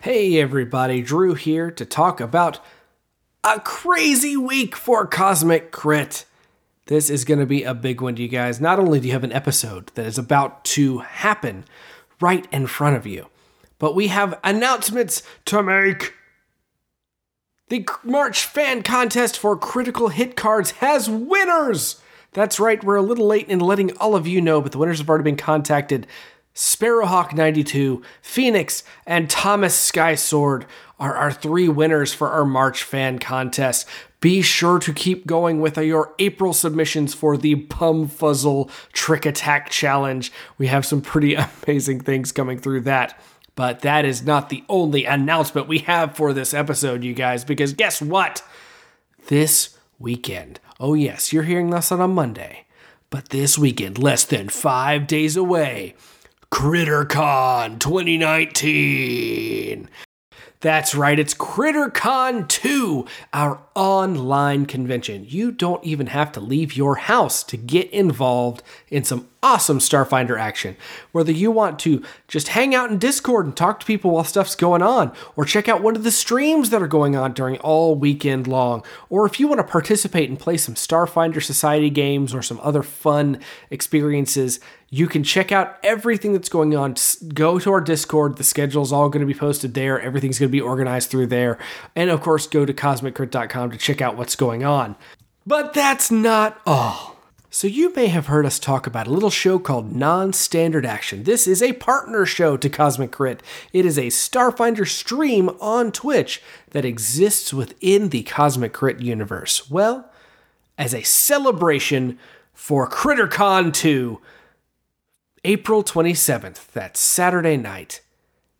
Hey everybody, Drew here to talk about a crazy week for Cosmic Crit. This is going to be a big one to you guys. Not only do you have an episode that is about to happen right in front of you, but we have announcements to make. The C- March fan contest for critical hit cards has winners. That's right, we're a little late in letting all of you know, but the winners have already been contacted. Sparrowhawk92, Phoenix, and Thomas Sky Sword are our three winners for our March fan contest. Be sure to keep going with your April submissions for the Pumfuzzle Trick Attack Challenge. We have some pretty amazing things coming through that. But that is not the only announcement we have for this episode, you guys, because guess what? This weekend, oh yes, you're hearing this on a Monday, but this weekend, less than five days away, CritterCon 2019. That's right, it's CritterCon 2, our online convention. You don't even have to leave your house to get involved in some awesome Starfinder action. Whether you want to just hang out in Discord and talk to people while stuff's going on, or check out one of the streams that are going on during all weekend long, or if you want to participate and play some Starfinder Society games or some other fun experiences, you can check out everything that's going on. Just Go to our Discord. The schedule's all going to be posted there. Everything's going to be organized through there. And of course, go to cosmiccrit.com to check out what's going on. But that's not all. So, you may have heard us talk about a little show called Non Standard Action. This is a partner show to Cosmic Crit. It is a Starfinder stream on Twitch that exists within the Cosmic Crit universe. Well, as a celebration for CritterCon 2, April 27th, that's Saturday night,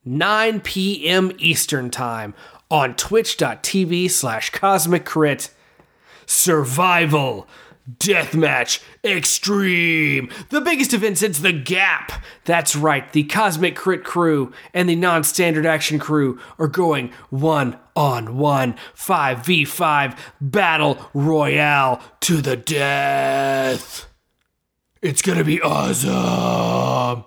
9 p.m. Eastern Time on twitch.tv slash Cosmic Crit. Survival Deathmatch Extreme, the biggest event since The Gap. That's right, the Cosmic Crit crew and the non standard action crew are going one on one, 5v5 battle royale to the death. It's gonna be awesome.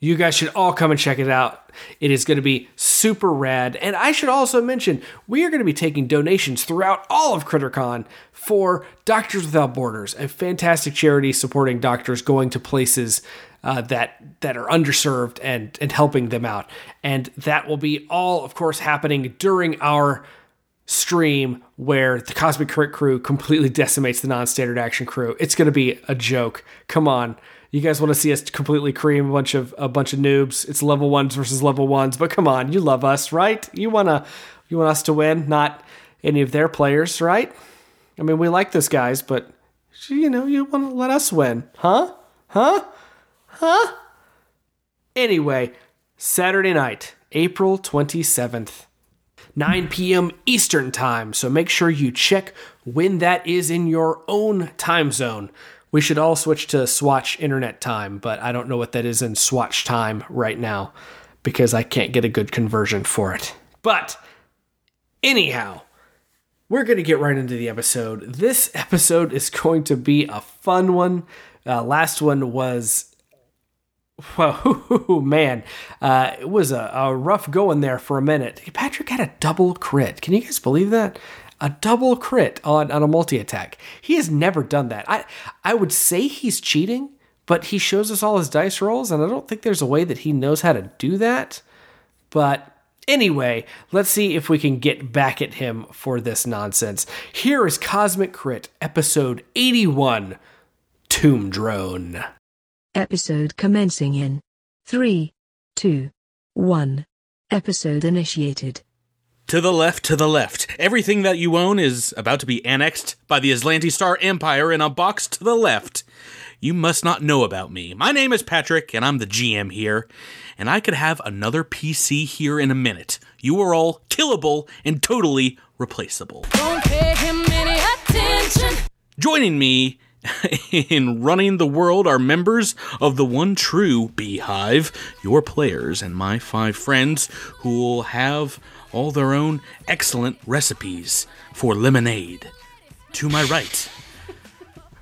You guys should all come and check it out. It is going to be super rad. And I should also mention, we are going to be taking donations throughout all of CritterCon for Doctors Without Borders, a fantastic charity supporting doctors going to places uh, that that are underserved and and helping them out. And that will be all, of course, happening during our stream where the Cosmic Crit crew completely decimates the non-standard action crew. It's going to be a joke. Come on. You guys want to see us completely cream a bunch of a bunch of noobs. It's level 1s versus level 1s, but come on, you love us, right? You want to you want us to win, not any of their players, right? I mean, we like those guys, but you know, you want to let us win, huh? Huh? Huh? Anyway, Saturday night, April 27th. 9 p.m. Eastern Time. So make sure you check when that is in your own time zone. We should all switch to Swatch Internet Time, but I don't know what that is in Swatch Time right now because I can't get a good conversion for it. But anyhow, we're going to get right into the episode. This episode is going to be a fun one. Uh, last one was Whoa, man, uh, it was a, a rough going there for a minute. Patrick had a double crit. Can you guys believe that? A double crit on, on a multi attack. He has never done that. I I would say he's cheating, but he shows us all his dice rolls, and I don't think there's a way that he knows how to do that. But anyway, let's see if we can get back at him for this nonsense. Here is Cosmic Crit, episode 81 Tomb Drone. Episode commencing in 3, 2, 1. Episode initiated. To the left, to the left. Everything that you own is about to be annexed by the Aslanti Star Empire in a box to the left. You must not know about me. My name is Patrick, and I'm the GM here. And I could have another PC here in a minute. You are all killable and totally replaceable. Don't pay him any attention. Joining me in running the world are members of the one true beehive, your players, and my five friends who will have all their own excellent recipes for lemonade. To my right,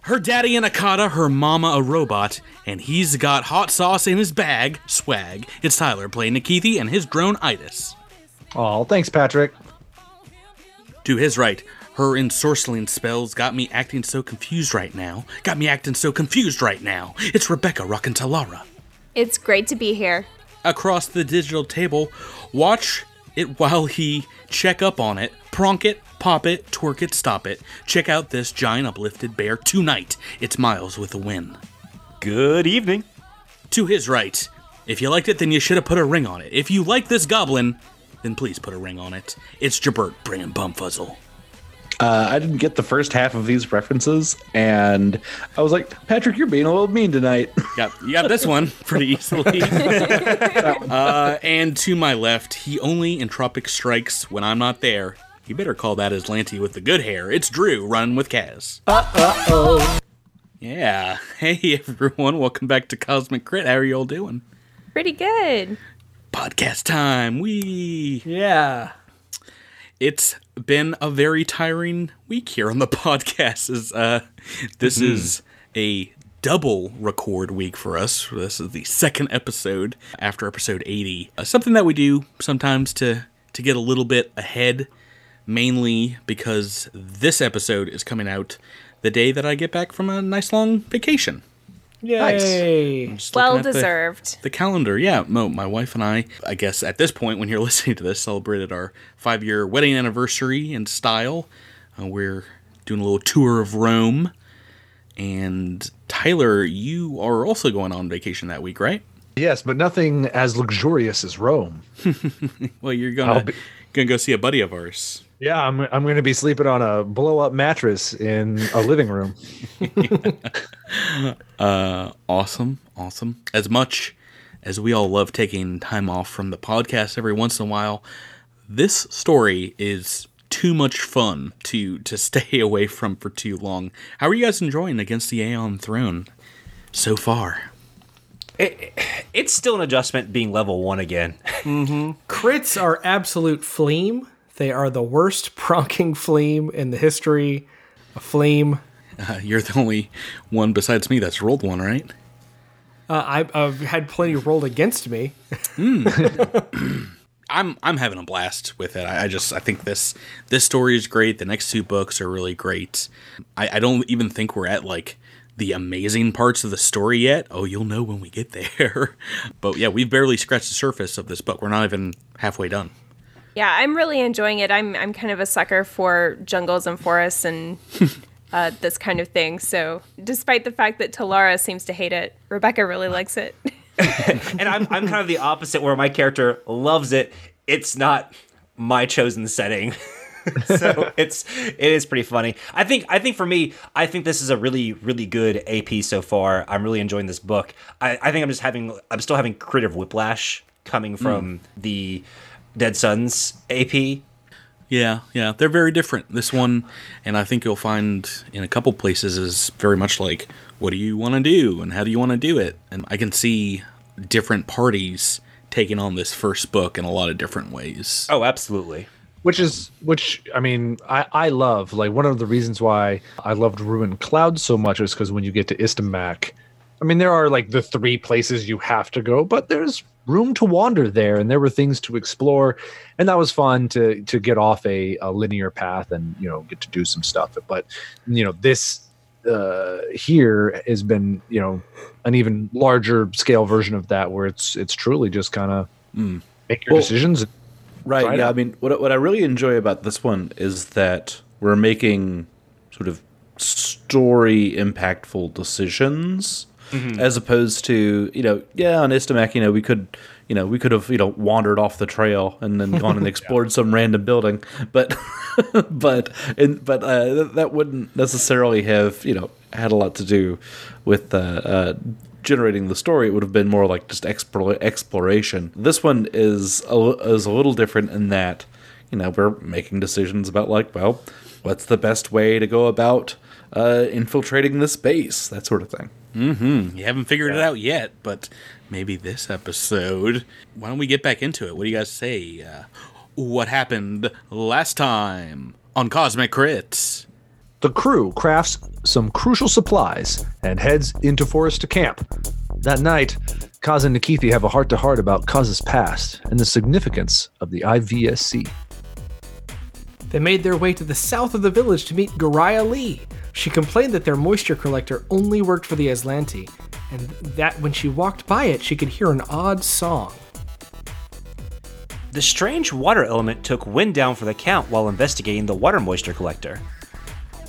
Her daddy an Akata, her mama a robot, and he's got hot sauce in his bag, swag. It's Tyler playing Nikithi and his drone Itis. Oh, thanks, Patrick. To his right, her ensorceling spells got me acting so confused right now. Got me acting so confused right now. It's Rebecca rockin' Talara. It's great to be here. Across the digital table, watch it while he check up on it, pronk it, pop it, twerk it, stop it. Check out this giant uplifted bear tonight. It's Miles with a win. Good evening. To his right, if you liked it, then you should have put a ring on it. If you like this goblin, then please put a ring on it. It's Jabert Brennan Bumfuzzle. Uh, I didn't get the first half of these references, and I was like, Patrick, you're being a little mean tonight. Yep, you got this one pretty easily. uh, and to my left, he only entropic strikes when I'm not there. You better call that Aslanti with the good hair. It's Drew running with Kaz. Uh oh. Yeah. Hey everyone, welcome back to Cosmic Crit. How are you all doing? Pretty good. Podcast time. We. Yeah. It's been a very tiring week here on the podcast. Is uh, this is a double record week for us. This is the second episode after episode eighty. Uh, something that we do sometimes to to get a little bit ahead, mainly because this episode is coming out the day that I get back from a nice long vacation. Yay. Just Well looking at the- deserved. the calendar, yeah. Mo, my wife and I, I guess at this point when you're listening to this, celebrated our five year wedding anniversary in style. Uh, we're doing a little tour of Rome. And Tyler, you are also going on vacation that week, right? yes, but nothing as luxurious as Rome. Well, you're gonna be- gonna go see a buddy of ours. Yeah, I'm, I'm going to be sleeping on a blow up mattress in a living room. Awesome, awesome. As much as we all love taking time off from the podcast every once in a while, this story is too much fun to to stay away from for too long. How are you guys enjoying Against the Aeon Throne so far? It's still an adjustment being level one again. Crits are absolute fleam. They are the worst pronking fleam in the history of fleam. Uh, you're the only one besides me that's rolled one, right? Uh, I, I've had plenty rolled against me. I'm I'm having a blast with it. I, I just I think this this story is great. The next two books are really great. I, I don't even think we're at like the amazing parts of the story yet. Oh, you'll know when we get there. but yeah, we've barely scratched the surface of this book. We're not even halfway done. Yeah, I'm really enjoying it. I'm I'm kind of a sucker for jungles and forests and uh, this kind of thing. So, despite the fact that Talara seems to hate it, Rebecca really likes it. And I'm, I'm kind of the opposite where my character loves it. It's not my chosen setting. so it's it is pretty funny. I think I think for me, I think this is a really really good AP so far. I'm really enjoying this book. I, I think I'm just having I'm still having creative whiplash coming from the Dead Sons AP. Yeah, yeah, they're very different. This one, and I think you'll find in a couple places, is very much like, what do you want to do and how do you want to do it? And I can see different parties taking on this first book in a lot of different ways. Oh, absolutely. which is which i mean i i love like one of the reasons why i loved ruined cloud so much is because when you get to istamak i mean there are like the three places you have to go but there's room to wander there and there were things to explore and that was fun to to get off a, a linear path and you know get to do some stuff but you know this uh, here has been you know an even larger scale version of that where it's it's truly just kind of make your Well- decisions Right. Try it yeah. out. I mean, what what I really enjoy about this one is that we're making sort of story impactful decisions, Mm-hmm. as opposed to you know, yeah, on Istamak, you know, we could. You know, we could have you know wandered off the trail and then gone and explored some random building, but but and but uh, th- that wouldn't necessarily have you know had a lot to do with uh, uh, generating the story. It would have been more like just explor- exploration. This one is a, li- is a little different in that you know we're making decisions about like well what's the best way to go about uh, infiltrating this base that sort of thing. You haven't figured it out yet, but maybe this episode. Why don't we get back into it? What do you guys say? Uh, what happened last time on Cosmic Crits? The crew crafts some crucial supplies and heads into forest to camp. That night, Kaz and Nikithi have a heart to heart about Kaz's past and the significance of the IVSC. They made their way to the south of the village to meet Goriah Lee. She complained that their moisture collector only worked for the Aslanti, and that when she walked by it, she could hear an odd song. The strange water element took Wynn down for the count while investigating the water moisture collector.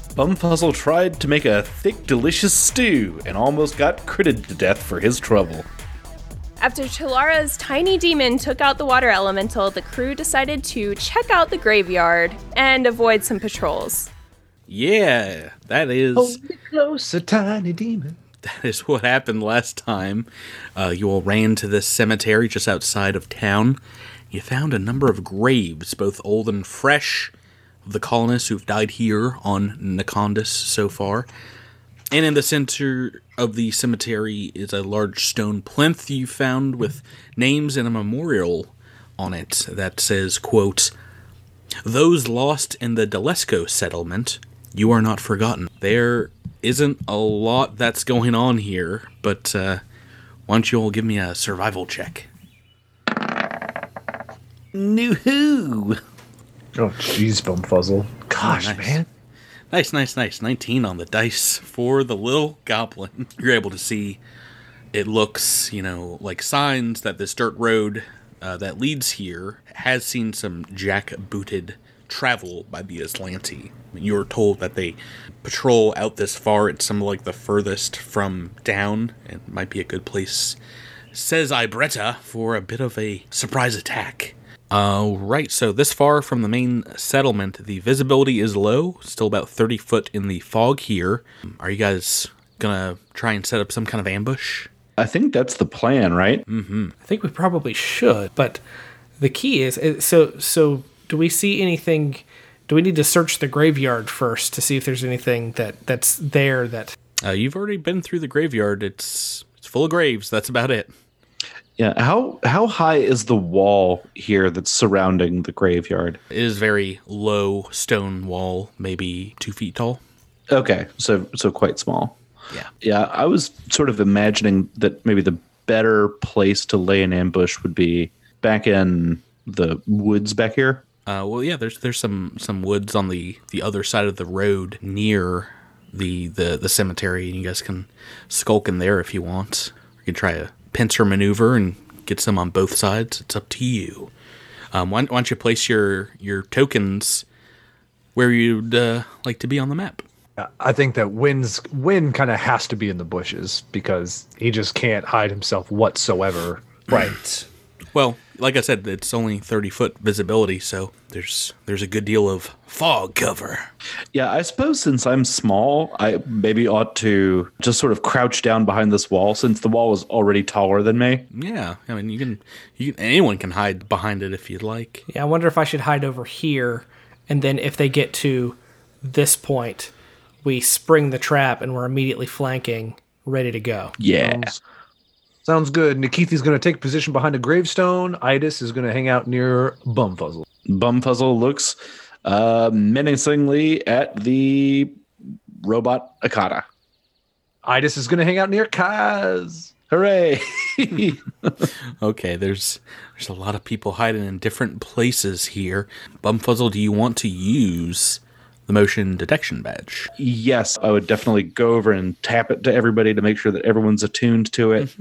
Bumfuzzle tried to make a thick, delicious stew and almost got critted to death for his trouble. After Chalara's tiny demon took out the water elemental, the crew decided to check out the graveyard and avoid some patrols. Yeah, that is close, a tiny demon. that is what happened last time. Uh, you all ran to this cemetery just outside of town. You found a number of graves, both old and fresh, of the colonists who've died here on Nacondas so far. And in the center of the cemetery is a large stone plinth you found with names and a memorial on it that says, quote, those lost in the Delesco settlement, you are not forgotten. There isn't a lot that's going on here, but uh, why don't you all give me a survival check? New who? Oh, jeez, Bumfuzzle. Gosh, nice. Ah, man. Nice, nice, nice. 19 on the dice for the little goblin. You're able to see it looks, you know, like signs that this dirt road uh, that leads here has seen some jack-booted travel by the Aslanti. You're told that they patrol out this far. It's some like the furthest from down and might be a good place, says Ibretta, for a bit of a surprise attack. Uh, right, so this far from the main settlement, the visibility is low, still about 30 foot in the fog here. Are you guys gonna try and set up some kind of ambush? I think that's the plan, right? I think we probably should, but the key is uh, so so do we see anything do we need to search the graveyard first to see if there's anything that that's there that Uh, you've already been through the graveyard. It's it's full of graves. That's about it. Yeah. How how high is the wall here that's surrounding the graveyard? It is very low stone wall, maybe two feet tall. Okay, so so quite small. Yeah. Yeah, I was sort of imagining that maybe the better place to lay an ambush would be back in the woods back here. Uh, well, yeah. There's there's some some woods on the the other side of the road near the the the cemetery, and you guys can skulk in there if you want. You can try a pincer maneuver and get some on both sides. It's up to you. Um, why, don't- why don't you place your your tokens where you'd uh, like to be on the map? I think that Wynn's, Wynn kind of has to be in the bushes because he just can't hide himself whatsoever. Right. Well, like I said, it's only thirty foot visibility, so there's there's a good deal of fog cover. Yeah, I suppose since I'm small, I maybe ought to just sort of crouch down behind this wall since the wall is already taller than me. Yeah, I mean you can you can, anyone can hide behind it if you'd like. yeah, I wonder if I should hide over here and then if they get to this point we spring the trap and we're immediately flanking ready to go. Yeah. Sounds good. Nikithi's going to take position behind a gravestone. Idis is going to hang out near Bumfuzzle. Bumfuzzle looks uh, menacingly at the robot Akata. Idis is going to hang out near Kaz. Hooray! Okay, there's there's a lot of people hiding in different places here. Bumfuzzle, do you want to use the motion detection badge? yes, I would definitely go over and tap it to everybody to make sure that everyone's attuned to it,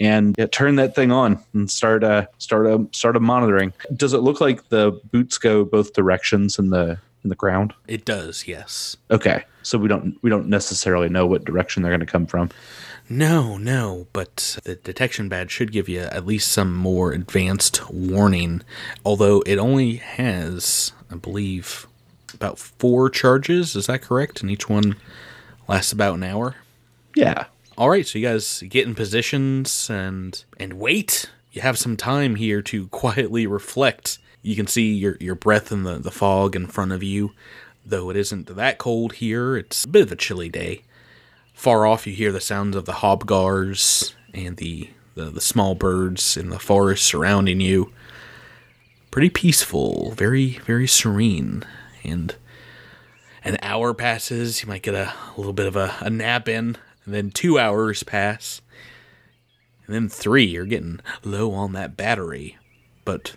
and yeah, turn that thing on and start uh start a start a monitoring. Does it look like the boots go both directions in the in the ground? It does, yes. Okay, so we don't we don't necessarily know what direction they're going to come from. No, no, but the detection badge should give you at least some more advanced warning, although it only has, I believe, about four charges, is that correct? And each one lasts about an hour. Yeah. All right, so you guys get in positions and and wait. You have some time here to quietly reflect. You can see your your breath in the the fog in front of you, though it isn't that cold here. It's a bit of a chilly day. Far off, you hear the sounds of the hobgars and the the, the small birds in the forest surrounding you. Pretty peaceful, very very serene, and an hour passes. You might get a, a little bit of a, a nap in, and then two hours pass, and then three. You're getting low on that battery, but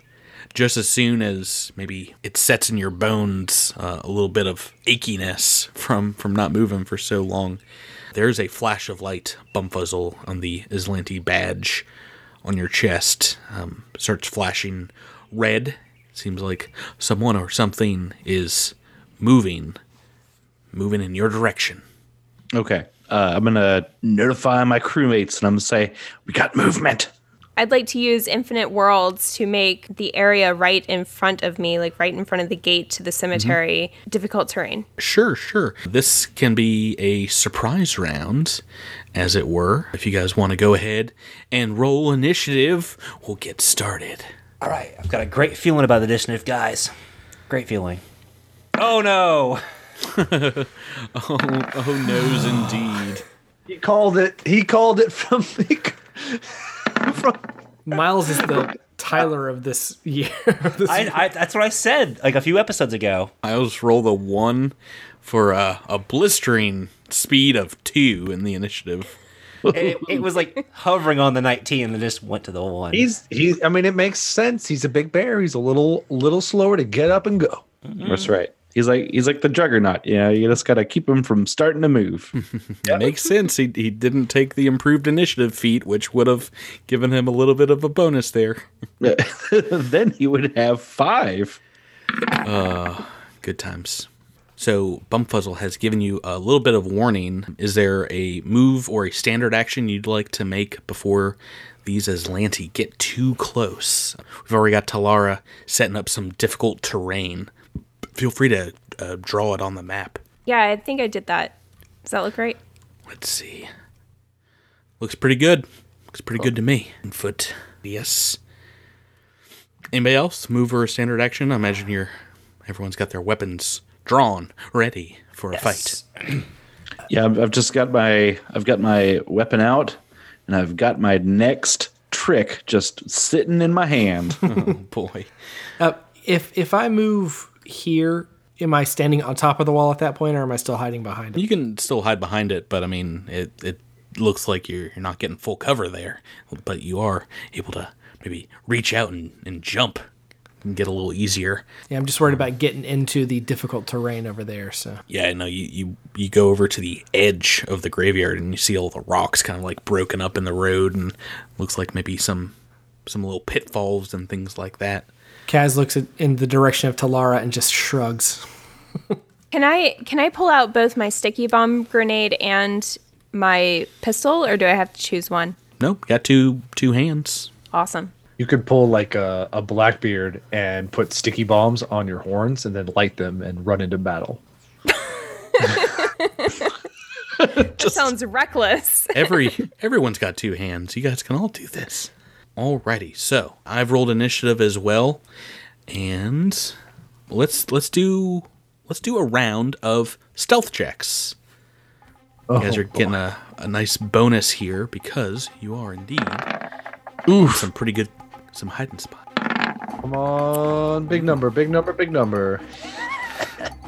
just as soon as maybe it sets in your bones uh, a little bit of achiness from from not moving for so long, there's a flash of light bumfuzzle on the Islanti badge on your chest um, starts flashing red. Seems like someone or something is moving, moving in your direction. Okay. Uh, I'm gonna notify my crewmates and I'm gonna say we got movement. I'd like to use Infinite Worlds to make the area right in front of me, like right in front of the gate to the Mm-hmm. cemetery, difficult terrain. Sure, sure. This can be a surprise round, as it were. If you guys want to go ahead and roll initiative, we'll get started. All right, I've got a great feeling about the initiative, guys. Great feeling. Oh no! Oh, knows indeed. He called it. He called it from the. from, Miles is the Tyler of this year. This- I, I, that's what I said like a few episodes ago. I just roll the one for a, a blistering speed of two in the initiative. It, it was like hovering on the 19 and then just went to the one. he's. He. I mean, it makes sense. He's a big bear. He's a little, little slower to get up and go. That's right. He's like he's like the juggernaut. You know, you just gotta keep him from starting to move. Makes sense. He, he didn't take the improved initiative feat, which would have given him a little bit of a bonus there. then he would have five. Good times. So Bumfuzzle has given you a little bit of warning. Is there a move or a standard action you'd like to make before these Aslanti get too close? We've already got Talara setting up some difficult terrain. Feel free to uh, draw it on the map. Yeah, I think I did that. Does that look right? Let's see. Looks pretty good. Looks pretty good to me. Foot. Yes. Anybody else? Move or a standard action? I imagine you're everyone's got their weapons drawn, ready for a fight. Yeah, I've, I've just got my I've got my weapon out, and I've got my next trick just sitting in my hand. Boy. uh, if if I move here, am I standing on top of the wall at that point, or am I still hiding behind it? You can still hide behind it, but I mean it it looks like you're you're not getting full cover there. But you are able to maybe reach out and, and jump and get a little easier. Yeah, I'm just worried about getting into the difficult terrain over there. So Yeah, no, you, you you go over to the edge of the graveyard and you see all the rocks kind of like broken up in the road and looks like maybe some some little pitfalls and things like that. Kaz looks at, in the direction of Talara and just shrugs. Can I can I pull out both my sticky bomb grenade and my pistol, or do I have to choose one? Nope, got two two hands. Awesome. You could pull like a, a blackbeard and put sticky bombs on your horns and then light them and run into battle. That sounds reckless. Every everyone's got two hands. You guys can all do this. Alrighty, so I've rolled initiative as well, and let's let's do let's do a round of stealth checks. You guys are Oh, getting a, a nice bonus here because you are indeed some pretty good some hiding spot. Come on, big number, big number, big number.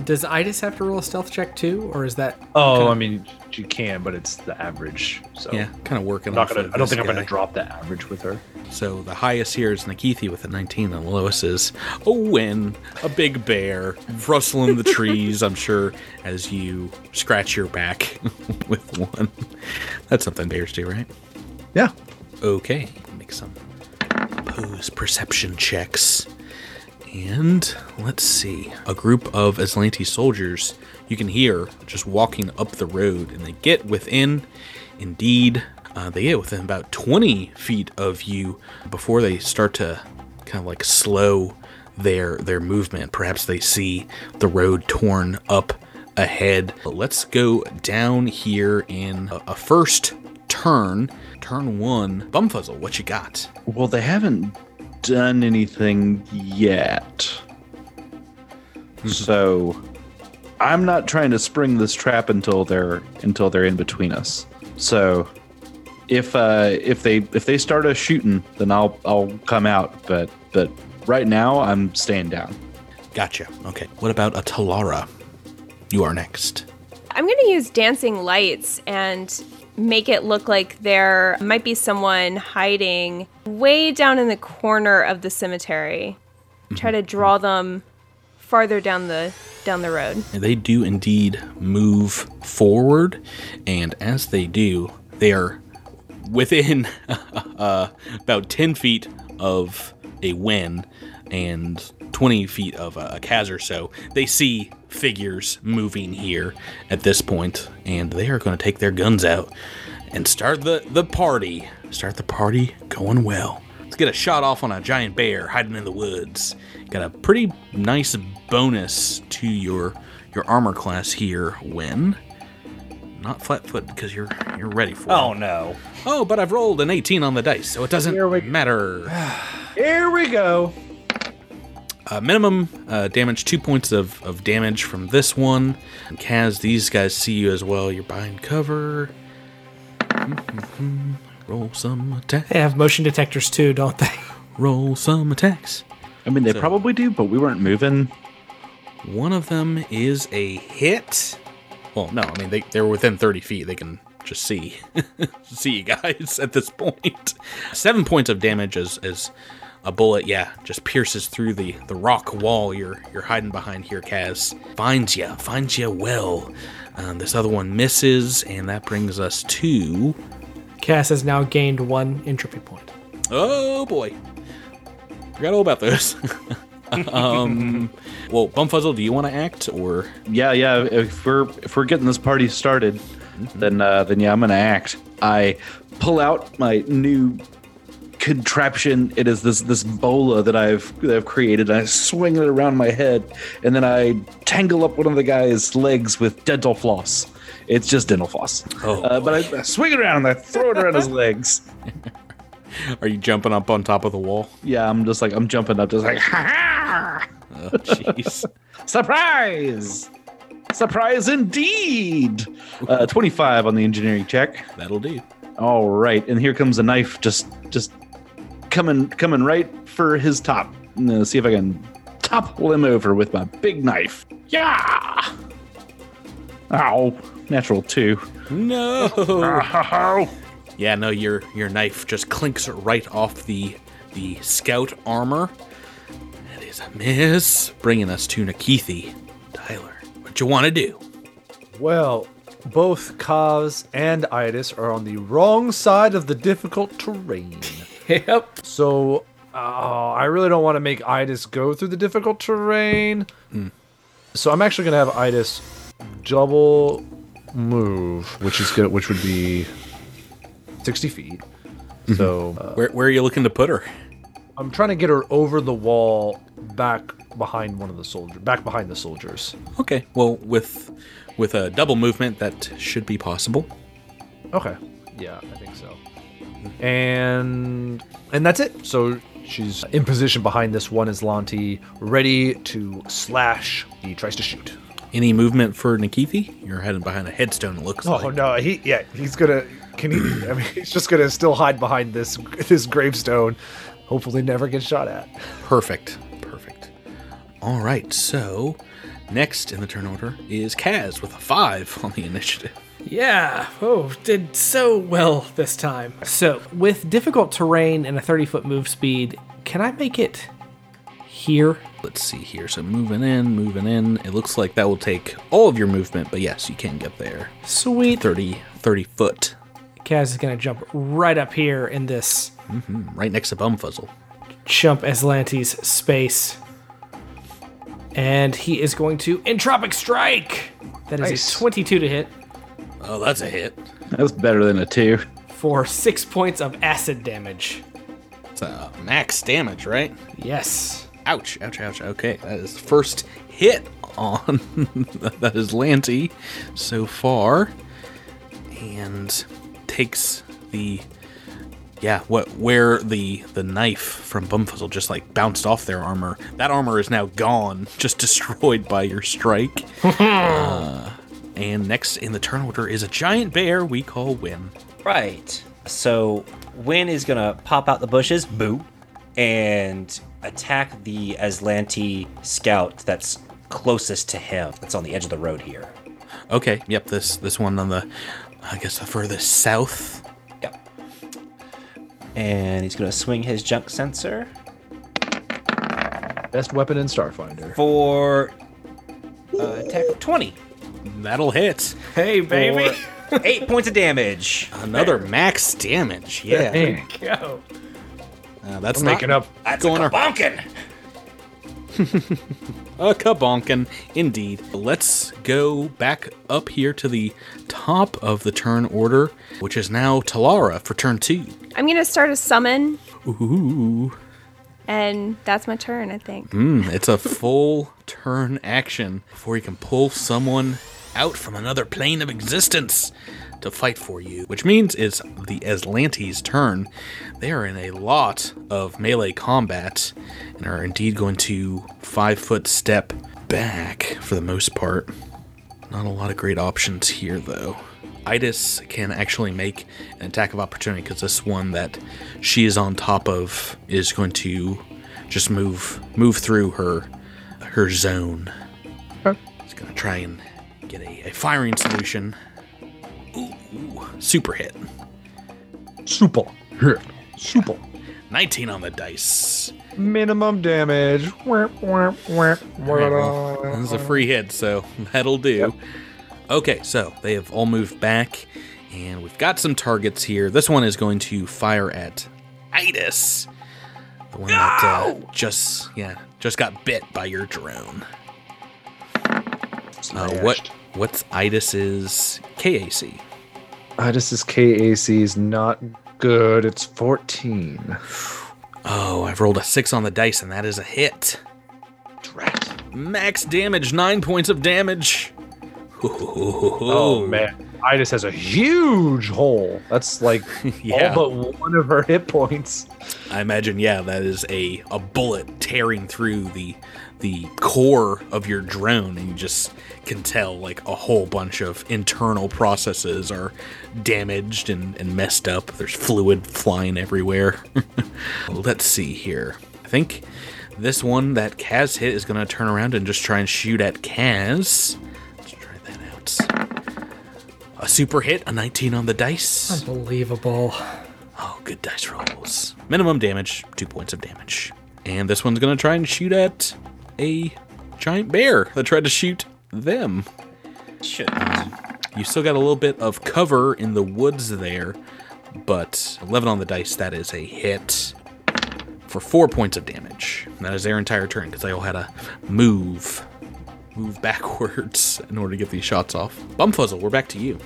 Does Idis have to roll a stealth check too, or is that Oh, I mean, you can, but it's the average. So Yeah, kind of working. I'm not off gonna. of I don't this think I'm gonna guy. drop the average with her. So the highest here is Nikithi with a 19, and lowest is Owen, a big bear, rustling the trees, I'm sure, as you scratch your back with one. That's something bears do, right? Yeah. Okay, make some pose perception checks. And let's see. A group of Aslanti soldiers you can hear just walking up the road, and they get within, indeed, uh, they get within about 20 feet of you before they start to kind of like slow their their movement. Perhaps they see the road torn up ahead. Let's go down here in a, a first turn. Turn one. Bumfuzzle, what you got? well, they haven't done anything yet, so I'm not trying to spring this trap until they're until they're in between us. So if uh, if they if they start us shooting, then I'll I'll come out. But but right now I'm staying down. Gotcha. Okay. What about a Talara? you are next. I'm going to use dancing lights and make it look like there might be someone hiding way down in the corner of the cemetery. Try to draw them farther down the down the road. They do indeed move forward, and as they do, they are within uh, about 10 feet of a wen and 20 feet of a, a Kaz or so. They see figures moving here at this point, and they are going to take their guns out and start the, the party. Start the party going well. Let's get a shot off on a giant bear hiding in the woods. Got a pretty nice bonus to your your armor class here when not flatfoot because you're you're ready for Oh it. no. Oh, but I've rolled an 18 on the dice, so it doesn't matter. Here we go. Uh, minimum uh, damage, two points of, of damage from this one. And Kaz, these guys see you as well. You're behind cover. Hmm, Roll some attack. They have motion detectors too, don't they? Roll some attacks. I mean, they probably do, but we weren't moving. One of them is a hit. Well, no, I mean they, they're within 30 feet. They can just see see you guys at this point. Seven points of damage as as a bullet, yeah, just pierces through the, the rock wall you're you're hiding behind here, Kaz. Finds ya, finds ya well. Um, this other one misses, and that brings us to Cass has now gained one entropy point. Oh boy, forgot all about those. um, well, Bumfuzzle, do you want to act or? Yeah, yeah. If we're if we're getting this party started, then uh, then yeah, I'm gonna act. I pull out my new contraption. It is this this bola that I've that I've created. And I swing it around my head, and then I tangle up one of the guy's legs with dental floss. It's just dental floss. Oh, uh, but I, I swing it around and I throw it around his legs. Are you jumping up on top of the wall? Yeah, I'm just like I'm jumping up, just like ha Oh, jeez. Surprise! Surprise indeed! Uh, 25 on the engineering check. That'll do. All right, and here comes a knife, just just coming coming right for his top. I'm gonna see if I can topple him over with my big knife. Yeah! Ow! Natural two. No. Ow! yeah, no. Your your knife just clinks right off the the scout armor. That is a miss, bringing us to Nikithi. Tyler, what you want to do? Well, both Kaz and Iris are on the wrong side of the difficult terrain. Yep. So uh, I really don't want to make Idis go through the difficult terrain. So I'm actually gonna have Idis double move, which is good, which would be sixty feet. So uh, Where where are you looking to put her? I'm trying to get her over the wall, back behind one of the soldiers, back behind the soldiers. Okay. Well, with with a double movement, that should be possible. Okay. Yeah, I think so. And and that's it. So she's in position behind this one Islanti, ready to slash. He tries to shoot. Any movement for Nikithi? You're hiding behind a headstone. It looks Oh like. no, he yeah, he's gonna can he I mean he's just gonna still hide behind this this gravestone. Hopefully never get shot at. Perfect. Perfect. All right. So, next in the turn order is Kaz with a five on the initiative. Yeah. Oh, did so well this time. So, with difficult terrain and a 30 foot move speed, can I make it here? Let's see here. So, moving in, moving in. It looks like that will take all of your movement, but yes, you can get there. Sweet. 30, 30 foot. Kaz is going to jump right up here in this Right next to Bumfuzzle. chump Aslantes space. And he is going to Entropic Strike! That is Nice. a 22 to hit Oh, that's a hit. That's better than a two. for six points of acid damage. It's a max damage, right? Yes. Ouch, ouch, ouch. Okay, that is the first hit on that is Lanty so far. And takes the yeah, what where the the knife from Bumfuzzle just like bounced off their armor. That armor is now gone, just destroyed by your strike. Uh, and next in the turn order is a giant bear we call Win. Right. So Win is gonna pop out the bushes, boo, and attack the Aslanti scout that's closest to him that's on the edge of the road here. Okay. Yep. This this one on the, I guess the furthest south. Yep. And he's going to swing his junk sensor Best weapon in Starfinder. for uh, attack of 20. That'll hit. Hey, baby. For eight points of damage. Another max damage. Yeah. Dang. Go. Uh, that's not Making up. That's going a ar- bonkin'. A kabonkin, indeed. Let's go back up here to the top of the turn order, which is now Talara for turn two. I'm gonna start a summon, Ooh, and that's my turn. I think. Mm, it's a full turn action before you can pull someone out from another plane of existence to fight for you, which means it's the Aslantes' turn. They are in a lot of melee combat and are indeed going to five foot step back for the most part. Not a lot of great options here, though. Itis can actually make an attack of opportunity because this one that she is on top of is going to just move move through her her zone. It's going to try and get a, a firing solution. Ooh, ooh, super hit. Super. Hit. Super. 19 on the dice. Minimum damage. Wah, wah, wah, Alright, wah. well, this is a free hit, so that'll do. Okay, so they have all moved back, and we've got some targets here. This one is going to fire at Itis, the one that uh, just yeah just got bit by your drone. Uh, what what's Itis's KAC? Idis's KAC is not good. It's 14. Oh, I've rolled a six on the dice, and that is a hit. Max damage, nine points of damage. Oh, man. Idis has a huge hole. That's like all Yeah. but one of her hit points. I imagine, yeah, that is a, a bullet tearing through the the core of your drone, and you just can tell like a whole bunch of internal processes are damaged and, and messed up. There's fluid flying everywhere. Let's see here. I think this one that Kaz hit is gonna turn around and just try and shoot at Kaz. Let's try that out. A super hit, a 19 on the dice. Unbelievable. Oh, good dice rolls. Minimum damage, two points of damage. And this one's gonna try and shoot at a giant bear that tried to shoot them. Should. You still got a little bit of cover in the woods there, but 11 on the dice, that is a hit for four points of damage. And that is their entire turn because they all had to move, move backwards in order to get these shots off. Bumfuzzle, we're back to you.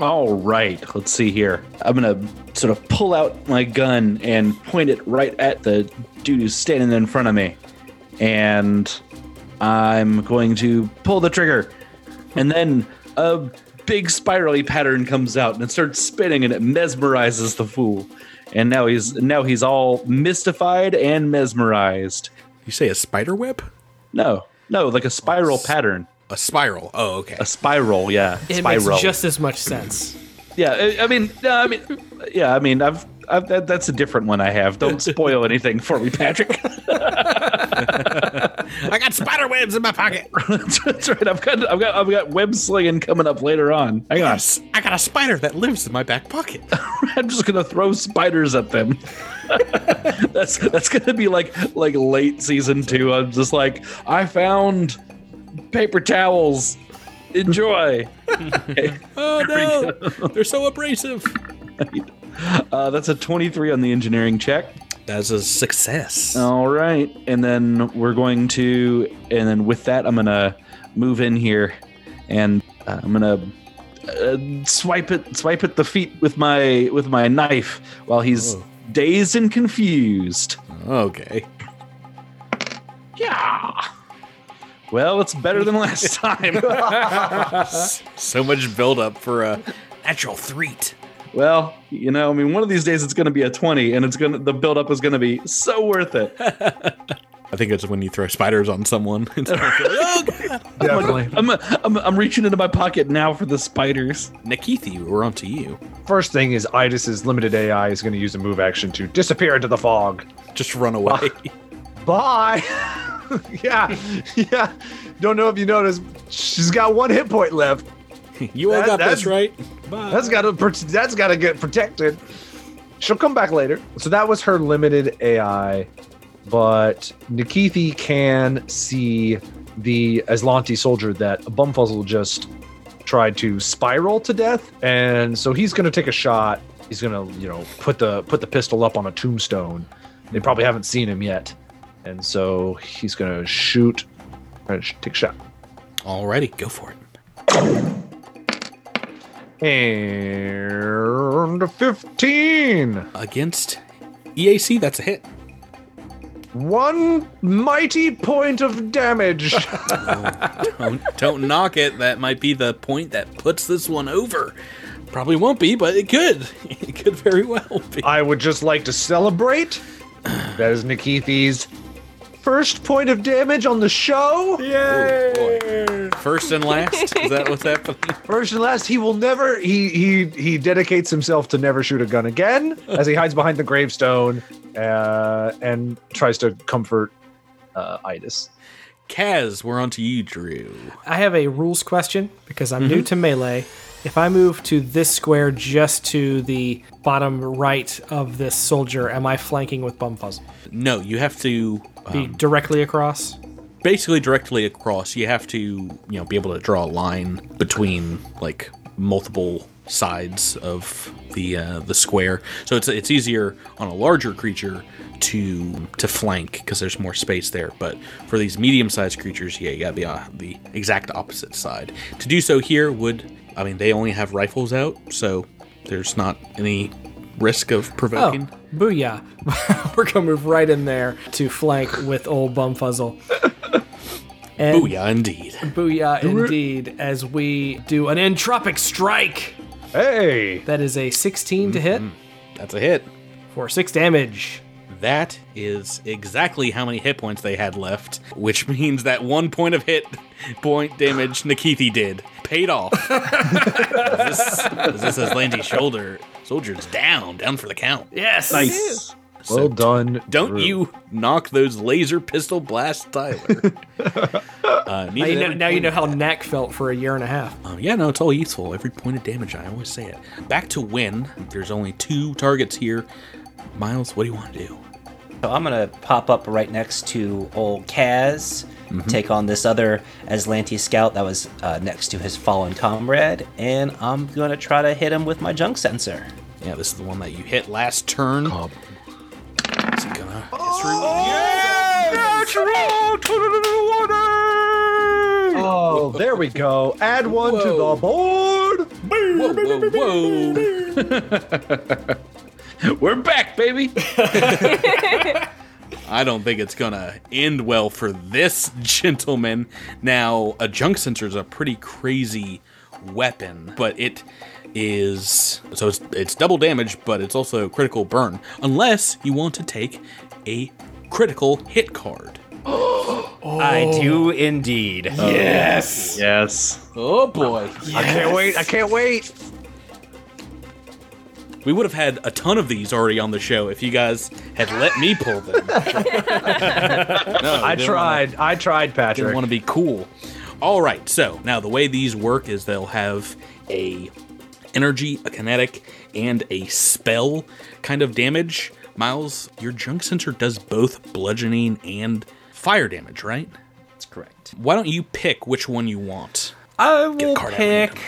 All right, let's see here. I'm gonna sort of pull out my gun and point it right at the dude who's standing in front of me, and I'm going to pull the trigger, and then a big spirally pattern comes out and it starts spinning and it mesmerizes the fool, and now he's now he's all mystified and mesmerized. You say a spider web? No, no, like a spiral pattern, A spiral. Oh, okay. a spiral, yeah, It spiral. makes just as much sense. Yeah, I- I mean, no, I mean, yeah, I mean, I've, I've that, that's a different one I have. Don't spoil anything for me, Patrick. I got spider webs in my pocket. that's right. I've got, I've got, I've got web slinging coming up later on. I got, Yes, I got a spider that lives in my back pocket. I'm just gonna throw spiders at them. that's that's gonna be like like late season two. I'm just like, I found paper towels. Enjoy. Oh no, they're so abrasive. Uh, that's a 23 on the engineering check. That's a success. All right, and then we're going to, and then with that, I'm gonna move in here, and uh, I'm gonna uh, swipe it, swipe at the feet with my with my knife while he's dazed and confused. Okay. Yeah. Well, it's better than last time. So much buildup for a natural threat. well, you know, I mean, one of these days it's gonna be a 20, and it's gonna the buildup is gonna be so worth it. I think it's when you throw spiders on someone. It's like, oh, God. Definitely. I'm, I'm I'm reaching into my pocket now for the spiders. Nikithi, we're on to you. First thing is Idis's limited AI is going to use a move action to disappear into the fog. Just run away. Bye. yeah, yeah. Don't know if you noticed, she's got one hit point left. You all That- got that's- this, right? That's gotta pr- that's gotta get protected. She'll come back later. So that was her limited AI, but Nikithi can see the Aslanti soldier that Bumfuzzle just tried to spiral to death, and so he's gonna take a shot. He's gonna you know put the put the pistol up on a tombstone. They probably haven't seen him yet, and so he's gonna shoot. uh, sh- Take a shot. Alrighty, go for it. And a 15. Against EAC, that's a hit. One mighty point of damage. Don't, don't knock it. That might be the point that puts this one over. Probably won't be, but it could. It could very well be. I would just like to celebrate. That is Nikithi's first point of damage on the show. Oh, Boy. First and last? Is that what's happening? First and last, he will never. He he he dedicates himself to never shoot a gun again as he hides behind the gravestone uh, and tries to comfort uh, Itis. Kaz, we're on to you, Drew. I have a rules question because I'm new to melee. If I move to this square just to the bottom right of this soldier, am I flanking with Bumfuzzle? No, you have to uh, Be directly across? basically directly across. You have to, you know, be able to draw a line between like multiple sides of the uh, the square. So it's it's easier on a larger creature to to flank because there's more space there. But for these medium sized creatures, yeah, you got the uh, the exact opposite side. To do so here would, I mean, they only have rifles out, so there's not any risk of Oh, provoking. booyah. We're going to move right in there to flank with old Bumfuzzle. And Booyah, indeed. Booyah indeed, as we do an entropic strike. Hey, That is a 16 to hit That's a hit. for 6 damage. That is exactly how many hit points they had left, which means that one point of hit point damage Nikithi did paid off. this, this is Landy shoulder. Soldier's down, down for the count. Yes. Nice. well done. Don't Drew. you knock those laser pistol blast, Tyler? uh, Now neither you did know, every now you point know of how that. Knack felt for a year and a half. Um, yeah, no, it's all useful. Every point of damage, I always say it. Back to win. There's only two targets here. Miles, what do you want to do? So I'm gonna pop up right next to old Kaz, take on this other Aslanti scout that was uh, next to his fallen comrade, and I'm gonna try to hit him with my junk sensor. Yeah, this is the one that you hit last turn. Is it gonna- Oh, there we go. Add one to the board. Whoa, whoa, whoa. We're back, baby. I don't think it's gonna end well for this gentleman. Now, a junk sensor is a pretty crazy weapon, but it is so it's, it's double damage, but it's also a critical burn, unless you want to take a critical hit card. I do indeed. yes. Oh boy. I can't wait. I can't wait. We would have had a ton of these already on the show if you guys had let me pull them. No, I Oh, didn't wanna- tried. I tried, didn't Patrick. want to be cool. All right, so now the way these work is they'll have a energy, a kinetic, and a spell kind of damage. Miles, your junk sensor does both bludgeoning and fire damage, right? That's correct. Why don't you pick which one you want? I will card out of pick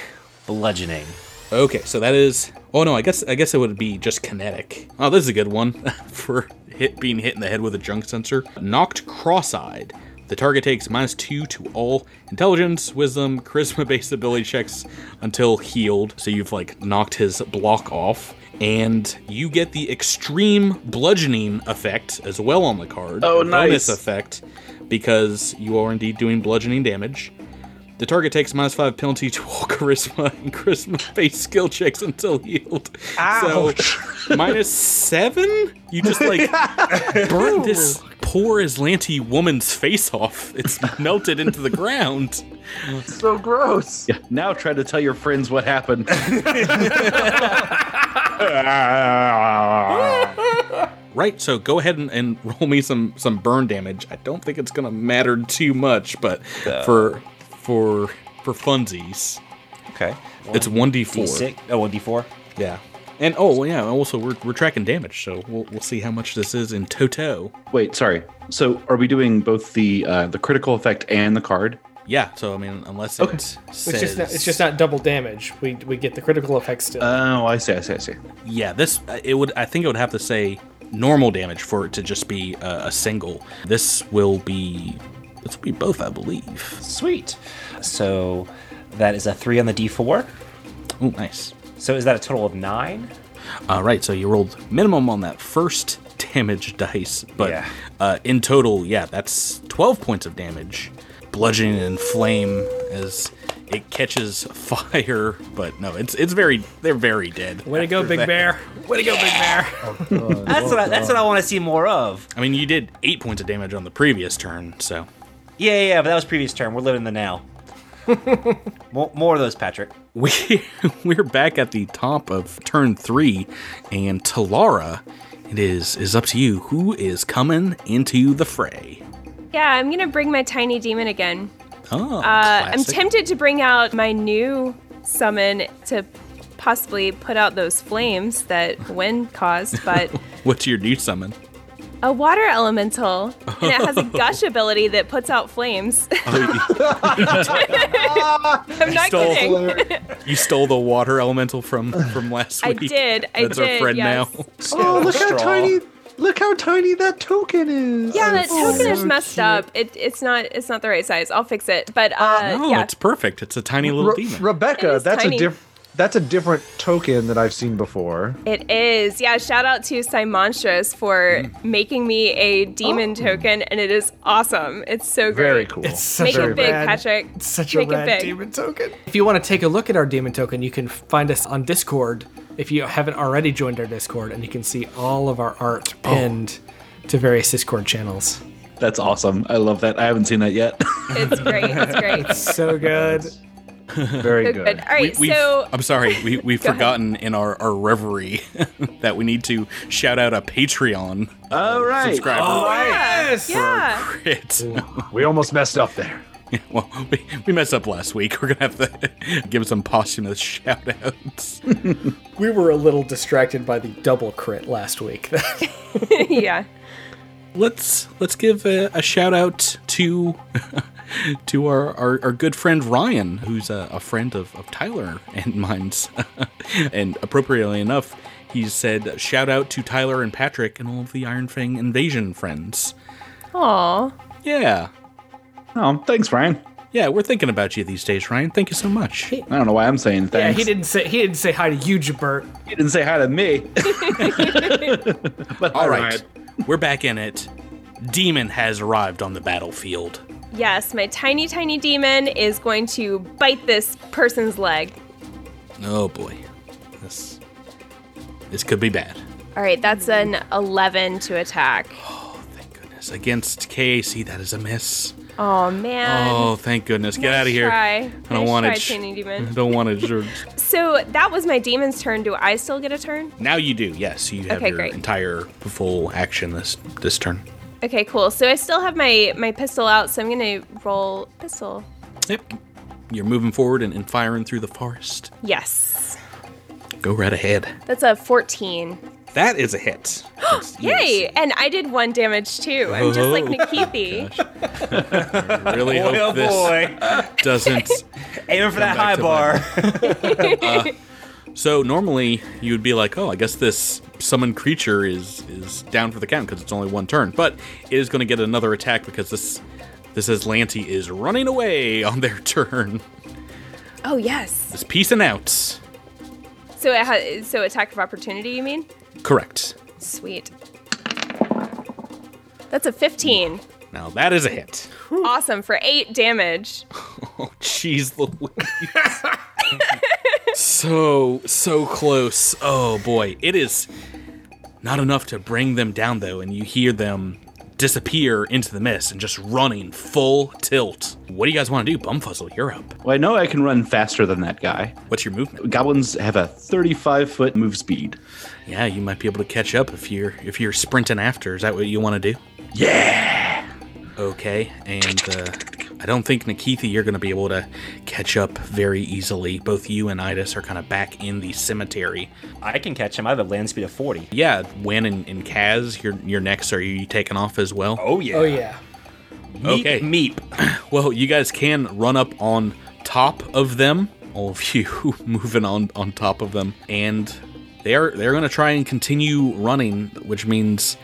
bludgeoning. Okay, so that is. Oh no, I guess I guess it would be just kinetic. Oh, this is a good one for hit being hit in the head with a junk sensor. Knocked cross-eyed. The target takes minus two to all intelligence, wisdom, charisma-based ability checks until healed. So you've like knocked his block off, and you get the extreme bludgeoning effect as well on the card. Oh, a bonus nice. effect because you are indeed doing bludgeoning damage. The target takes minus five penalty to all charisma and charisma based skill checks until healed. So minus seven? You just like burnt this poor Islanti woman's face off. It's melted into the ground. so gross. Now try to tell your friends what happened. Right, so go ahead and, and roll me some some burn damage. I don't think it's gonna matter too much, but for for for funsies, Okay. it's one d four. D6. Oh, 1d4. Yeah, and oh yeah, also we're we're tracking damage, so we'll we'll see how much this is in toto. Wait, sorry. So are we doing both the uh, the critical effect and the card? Yeah, so I mean, unless it says, It's just not, it's just not double damage. We we get the critical effect still. Oh, I see, I see, I see. yeah, this it would I think it would have to say normal damage for it to just be uh, a single. This will be this will be both, I believe. Sweet. So that is a 3 on the d4. Oh, nice. So is that a total of 9? All right, so you rolled minimum on that first damage dice, but Yeah. uh, in total, yeah, that's 12 points of damage. Bludgeoning and flame as it catches fire, but no, it's it's very they're very dead. Way to go, Big Bear! Way to go, Big Bear! That's what I, that's what I want to see more of. I mean, you did eight points of damage on the previous turn, so Yeah, yeah, yeah, but that was previous term. We're living in the now. more, more of those, Patrick. we we're back at the top of turn three, and Talara, it is is up to you who is coming into the fray. Yeah, I'm gonna bring my tiny demon again. Oh, Uh, I'm tempted to bring out my new summon to possibly put out those flames that Wen caused, but What's your new summon? a water elemental, and it has a gush ability that puts out flames. Oh, I'm not Stole kidding. You stole the water elemental from from last I week. did. I That's did. our friend yes. now. Oh, look how tiny! Look how tiny that token is. Yeah, that token so is messed up. It, it's not. It's not the right size. I'll fix it. But uh, Oh, No, yeah, it's perfect. It's a tiny little Re- demon. It Rebecca, is that's tiny. a diff- That's a different token that I've seen before. It is. Yeah, shout out to Simonstrous for making me a demon token, and it is awesome. It's so great. Very cool. Make Very it big, rad. Patrick. Such Make a it big. rad demon token. If you want to take a look at our demon token, you can find us on Discord if you haven't already joined our Discord, and you can see all of our art pinned to various Discord channels. That's awesome. I love that. I haven't seen that yet. It's great. It's great. So good. Very Good. good. All right, We've, so I'm sorry, we, we've ahead. forgotten in our, our reverie that we need to shout out a Patreon All right. subscriber. Oh. Yes. yeah, Crit. We almost messed up there. well, we, we messed up last week. We're going to have to give some posthumous shout outs. We were a little distracted by the double crit last week. yeah. let's let's give a, a shout out to to our, our, our good friend Ryan, who's a, a friend of, of Tyler and mine's. and appropriately enough, he said shout out to Tyler and Patrick and all of the Iron Fang invasion friends. Aw, Yeah. Oh, thanks, Ryan. Yeah, we're thinking about you these days, Ryan. Thank you so much. I don't know why I'm saying thanks. yeah, he didn't say he didn't say hi to you, Jabert. He didn't say hi to me. but hi, All right, Ryan. we're back in it. Demon has arrived on the battlefield. yes. My tiny, tiny demon is going to bite this person's leg. Oh boy, this this could be bad. All right, that's an 11 to attack. Thank goodness. Against KAC, that is a miss. Oh man. Oh, thank goodness. Get out of here. Try. I don't want try, it. Sh- Tiny I demon. don't want it. Sure. So that was my demon's turn. Do I still get a turn? now you do. Yes, you have Okay, your great. entire full action this this turn. Okay, cool. So I still have my my pistol out, so I'm gonna roll pistol. Yep. You're moving forward and, and firing through the forest. Yes, Go right ahead. that's a 14. That is a hit. That's- Yay! yes. And I did one damage too. I'm just like Oh. Nikithi. I really hope Oh, this boy. doesn't. Aiming for that high back to bar. So normally you would be like, oh, I guess this summoned creature is is down for the count because it's only one turn, but it is going to get another attack because this this Aslanti is running away on their turn. oh yes. It's peacing out. So it ha- so attack of opportunity. You mean? Correct. Sweet. That's a 15. Now that is a hit. Awesome for eight damage. Oh, jeez Louise. so, so close. Oh, boy. It is not enough to bring them down, though, and you hear them disappear into the mist and just running full tilt. What do you guys want to do? Bumfuzzle, you're up. Well, I know I can run faster than that guy. What's your movement? Goblins have a 35 foot move speed. Yeah, you might be able to catch up if you're if you're sprinting after. Is that what you want to do? Yeah. Okay, and uh, I don't think Nikithi, you're going to be able to catch up very easily. Both you and Idis are kind of back in the cemetery. I can catch him. I have a land speed of 40. Yeah, Wen and, and Kaz, you're you're next. Are you taking off as well? Oh, yeah. Oh yeah. Meep, okay. Meep. Well, you guys can run up on top of them. All of you moving on on top of them, and they're they're going to try and continue running, which means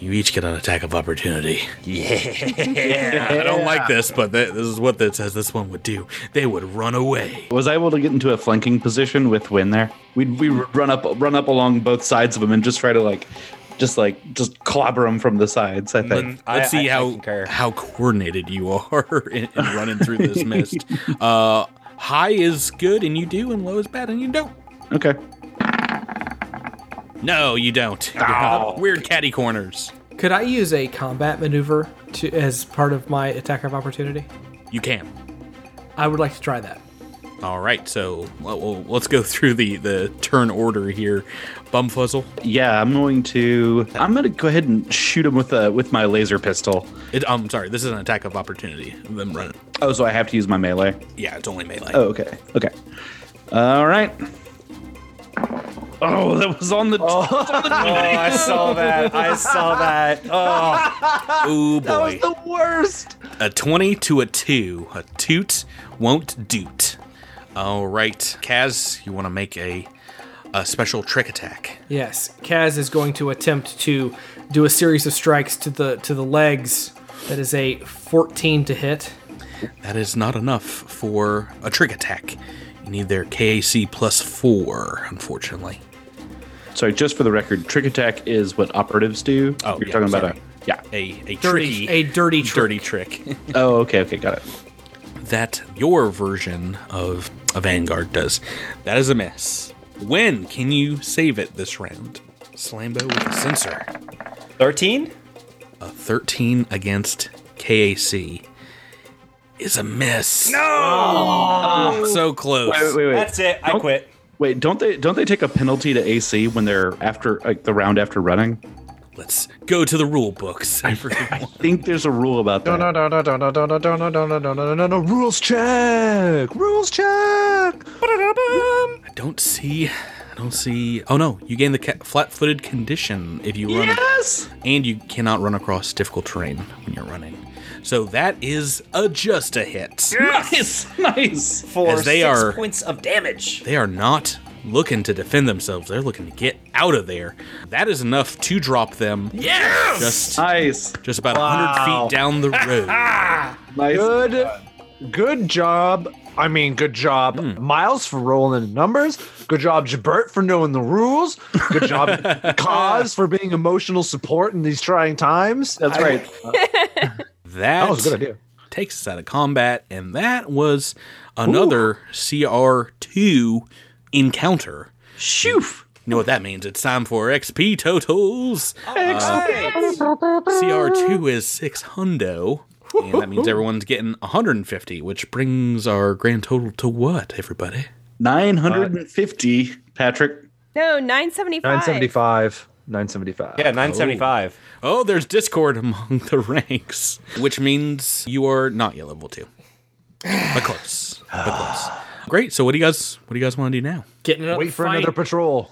you each get an attack of opportunity. Yeah, I don't like this, but th- this is what this says this one would do. They would run away. Was I able to get into a flanking position with Win there? We'd we would run up run up along both sides of him and just try to like just like just clobber him from the sides, I think. Let's I- see I- I how concur. how coordinated you are in, in running through this mist. Uh, high is good, and you do, and low is bad, and you don't. Okay. No, you don't. You're not- Weird catty corners. Could I use a combat maneuver to as part of my attack of opportunity? You can. I would like to try that. All right, so well, well, let's go through the the turn order here. Bumfuzzle. Yeah, I'm going to I'm gonna go ahead and shoot him with a with my laser pistol. It, um, sorry, this is an attack of opportunity. Them running. Oh, so I have to use my melee. Yeah, it's only melee. Oh, okay. Okay. All right. Oh, that was on the. Oh, I saw that. I saw that. Oh, Oh boy, the worst. a twenty to a two. A toot won't doot. All right, Kaz, you want to make a a special trick attack? Yes, Kaz is going to attempt to do a series of strikes to the to the legs. That is a 14 to hit. That is not enough for a trick attack. You need their KAC plus four, unfortunately. Sorry, just for the record, trick attack is what operatives do. Oh, you're yeah, talking about sorry. a. Yeah. a a Dirty- tricky, a dirty trick. dirty trick Oh, okay, okay, got it. that your version of a Vanguard does. That is a miss. When can you save it this round? Slambo with a sensor. 13? A 13 against KAC is a miss. No! so close. Wait, wait, wait. That's it. I Nope. quit. Wait, don't they don't they take a penalty to AC when they're after like the round after running? Let's go to the rule books. everyone. I think there's a rule about that. No, no, no, no, no, no, no, no, no, no, no, no, no, no, no. Rules check. Rules check. I don't see. I don't see. Oh no! You gain the ca- flat-footed condition if you run. Yes! and you cannot run across difficult terrain when you're running. So that is a just a hit. Nice, nice. For As they six are- points of damage. They are not looking to defend themselves. They're looking to get out of there. That is enough to drop them. Yes. Just Nice, just about a 100 feet down the road. nice. Good. Good job. I mean, good job, Miles, for rolling the numbers. Good job, Jabert, for knowing the rules. Good job, Cause, for being emotional support in these trying times. That's I- right. That, That was a good idea. takes us out of combat, and that was another CR2 encounter. Shoof! You know what that means? It's time for XP totals. Oh. Uh, CR2 is six hundo, and that means everyone's getting 150, which brings our grand total to what, everybody? Nine hundred and fifty, Patrick. No, 975. 975. 975. Yeah, 975. Oh, there's discord among the ranks, which means you are not yet level two, but close, but close. Great. So, what do you guys, what do you guys want to do now? Getting another Wait for fight. another patrol.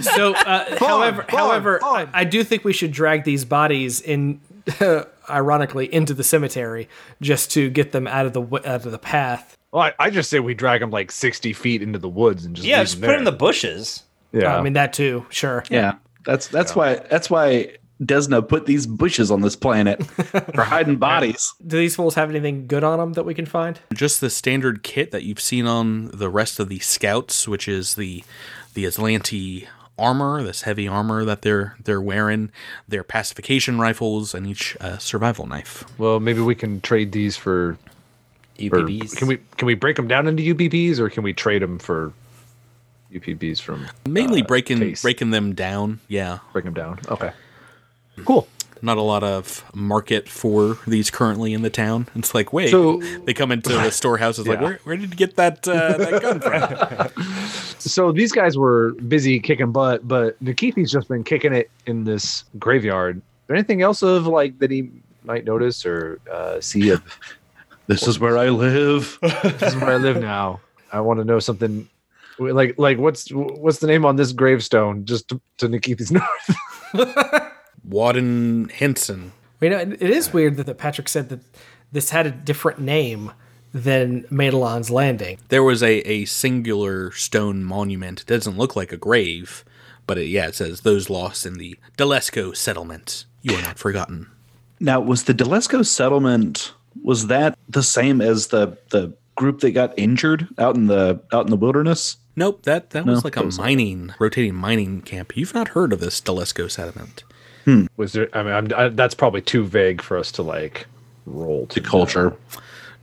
So, uh, however, fun, however, fun. I, I do think we should drag these bodies in, ironically, into the cemetery just to get them out of the w- out of the path. Well, I, I just say we drag him like 60 feet into the woods and just Yeah, leave just him put him in the there. bushes. yeah. I mean that too. Sure. Yeah, that's that's why that's why Desna put these bushes on this planet for hiding bodies. Do these fools have anything good on them that we can find? just the standard kit that you've seen on the rest of the scouts, which is the the Aslanti armor, this heavy armor that they're they're wearing, their pacification rifles, and each uh, survival knife. well, maybe we can trade these for. for- UPBs. can we can we break them down into UPBs or can we trade them for UPBs from Mainly breaking taste. Uh, breaking them down. Yeah, break them down? Okay. Cool. Not a lot of market for these currently in the town. It's like, wait, So- they come into the storehouse. It's like, where, where did you get that uh, that gun from? So these guys were busy kicking butt, but Nikithi's just been kicking it in this graveyard. Anything else of like that he might notice or uh, see of This is where I live. this is where I live now. I want to know something like like what's what's the name on this gravestone just to, to Nikithi's north. Warden Henson. You know, it it is weird that, that Patrick said that this had a different name than Madelon's Landing. There was a, a singular stone monument. It doesn't look like a grave, but it, yeah, it says those lost in the Delesco settlement. You are not forgotten. Now, was the Delesco settlement was that the same as the the group that got injured out in the out in the wilderness? Nope, that, that was like that a was- mining, rotating mining camp. You've not heard of this Delesco settlement. Was there? I mean, I'm, I, that's probably too vague for us to like roll to Culture.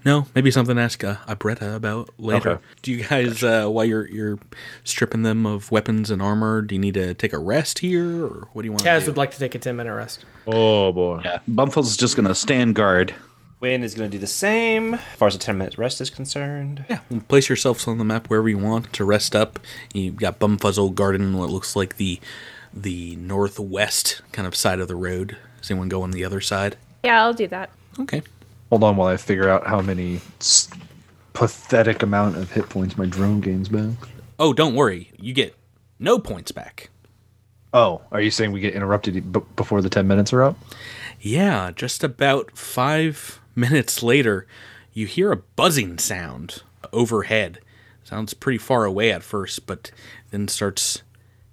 No, maybe something to ask uh, Abretta about later. Okay. Do you guys, uh, while you're you're stripping them of weapons and armor, do you need to take a rest here, or what do you want? Kaz to would do? like to take a 10 minute rest. Oh boy. Yeah, Bumfle's just gonna stand guard. Wynn is going to do the same as far as a 10 minute rest is concerned. yeah, and place yourselves on the map wherever you want to rest up. You've got Bumfuzzle Garden, what looks like the the northwest kind of side of the road. Is anyone going the other side? Yeah, I'll do that. Okay. Hold on while I figure out how many s- pathetic amount of hit points my drone gains back. Oh, don't worry, you get no points back. Oh, are you saying we get interrupted b- before the 10 minutes are up? Yeah, just about five minutes later, you hear a buzzing sound overhead. Sounds pretty far away at first, but then starts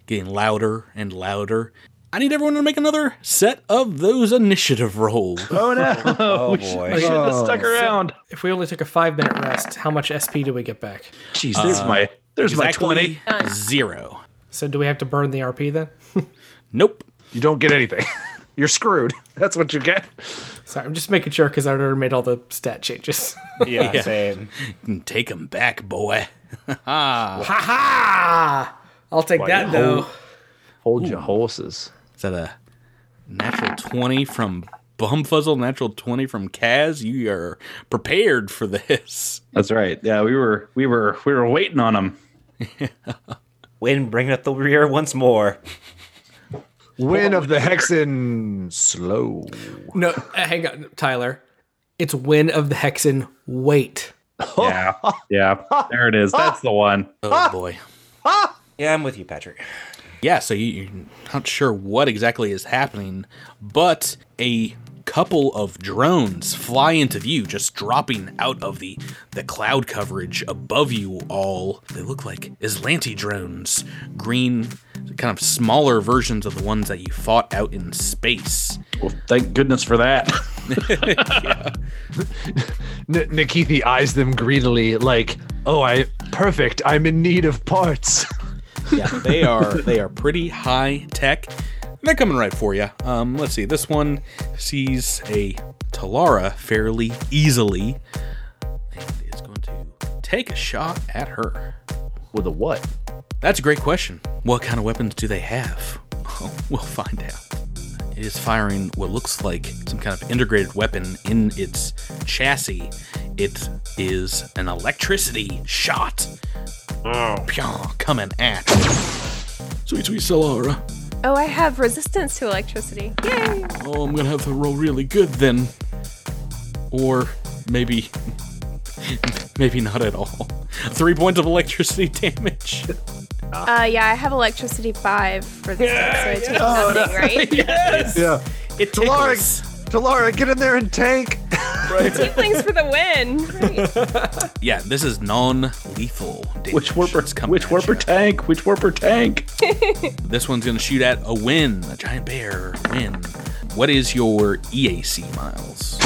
getting louder and louder. I need everyone to make another set of those initiative rolls. Oh, boy. stuck around. If we only took a five minute rest, how much SP do we get back? Jeez, there's my there's my twenty. Exactly eh? Zero. So do we have to burn the RP then? Nope. You don't get anything. You're screwed. That's what you get. Sorry, I'm just making sure because I already made all the stat changes. Yeah, same. Take 'em Take them back, boy. ha ha! I'll take that though. Hold your horses. Is that a natural 20 from Bumfuzzle, natural 20 from Kaz? You are prepared for this. That's right. Yeah, we were we were we were waiting on him. Wynn bringing up the rear once more. Win of the Hexen slow. No, uh, hang on, Tyler. It's win of the Hexen weight. Yeah, yeah. There it is. That's the one. Oh, boy. Yeah, I'm with you, Patrick. Yeah, so you, you're not sure what exactly is happening, but a couple of drones fly into view, just dropping out of the, the cloud coverage above you all. They look like Islanti drones, green, kind of smaller versions of the ones that you fought out in space. Well, thank goodness for that. N- Nikithi eyes them greedily, like, "Oh, I perfect. I'm in need of parts." Yeah, they are they are pretty high tech. They're coming right for you. Um, let's see. This one sees a Talara fairly easily, and is going to take a shot at her. With a what? That's a great question. What kind of weapons do they have? Well, we'll find out. It is firing what looks like some kind of integrated weapon in its chassis. It is an electricity shot. Oh. coming at. Sweet, sweet Solara. Oh, I have resistance to electricity. Yay! Oh, I'm gonna have to roll really good then. Or maybe. Maybe not at all. Three points of electricity damage. Uh, yeah, I have electricity five for this time, so I take nothing, right? Yeah. It tickles. Talara, get in there and tank. Tieflings for the win. Right. Yeah, this is non-lethal damage. Which warper? It's coming Which at warper ya. tank? Which warper tank? This one's gonna shoot at a win, a giant bear win. What is your EAC, Miles?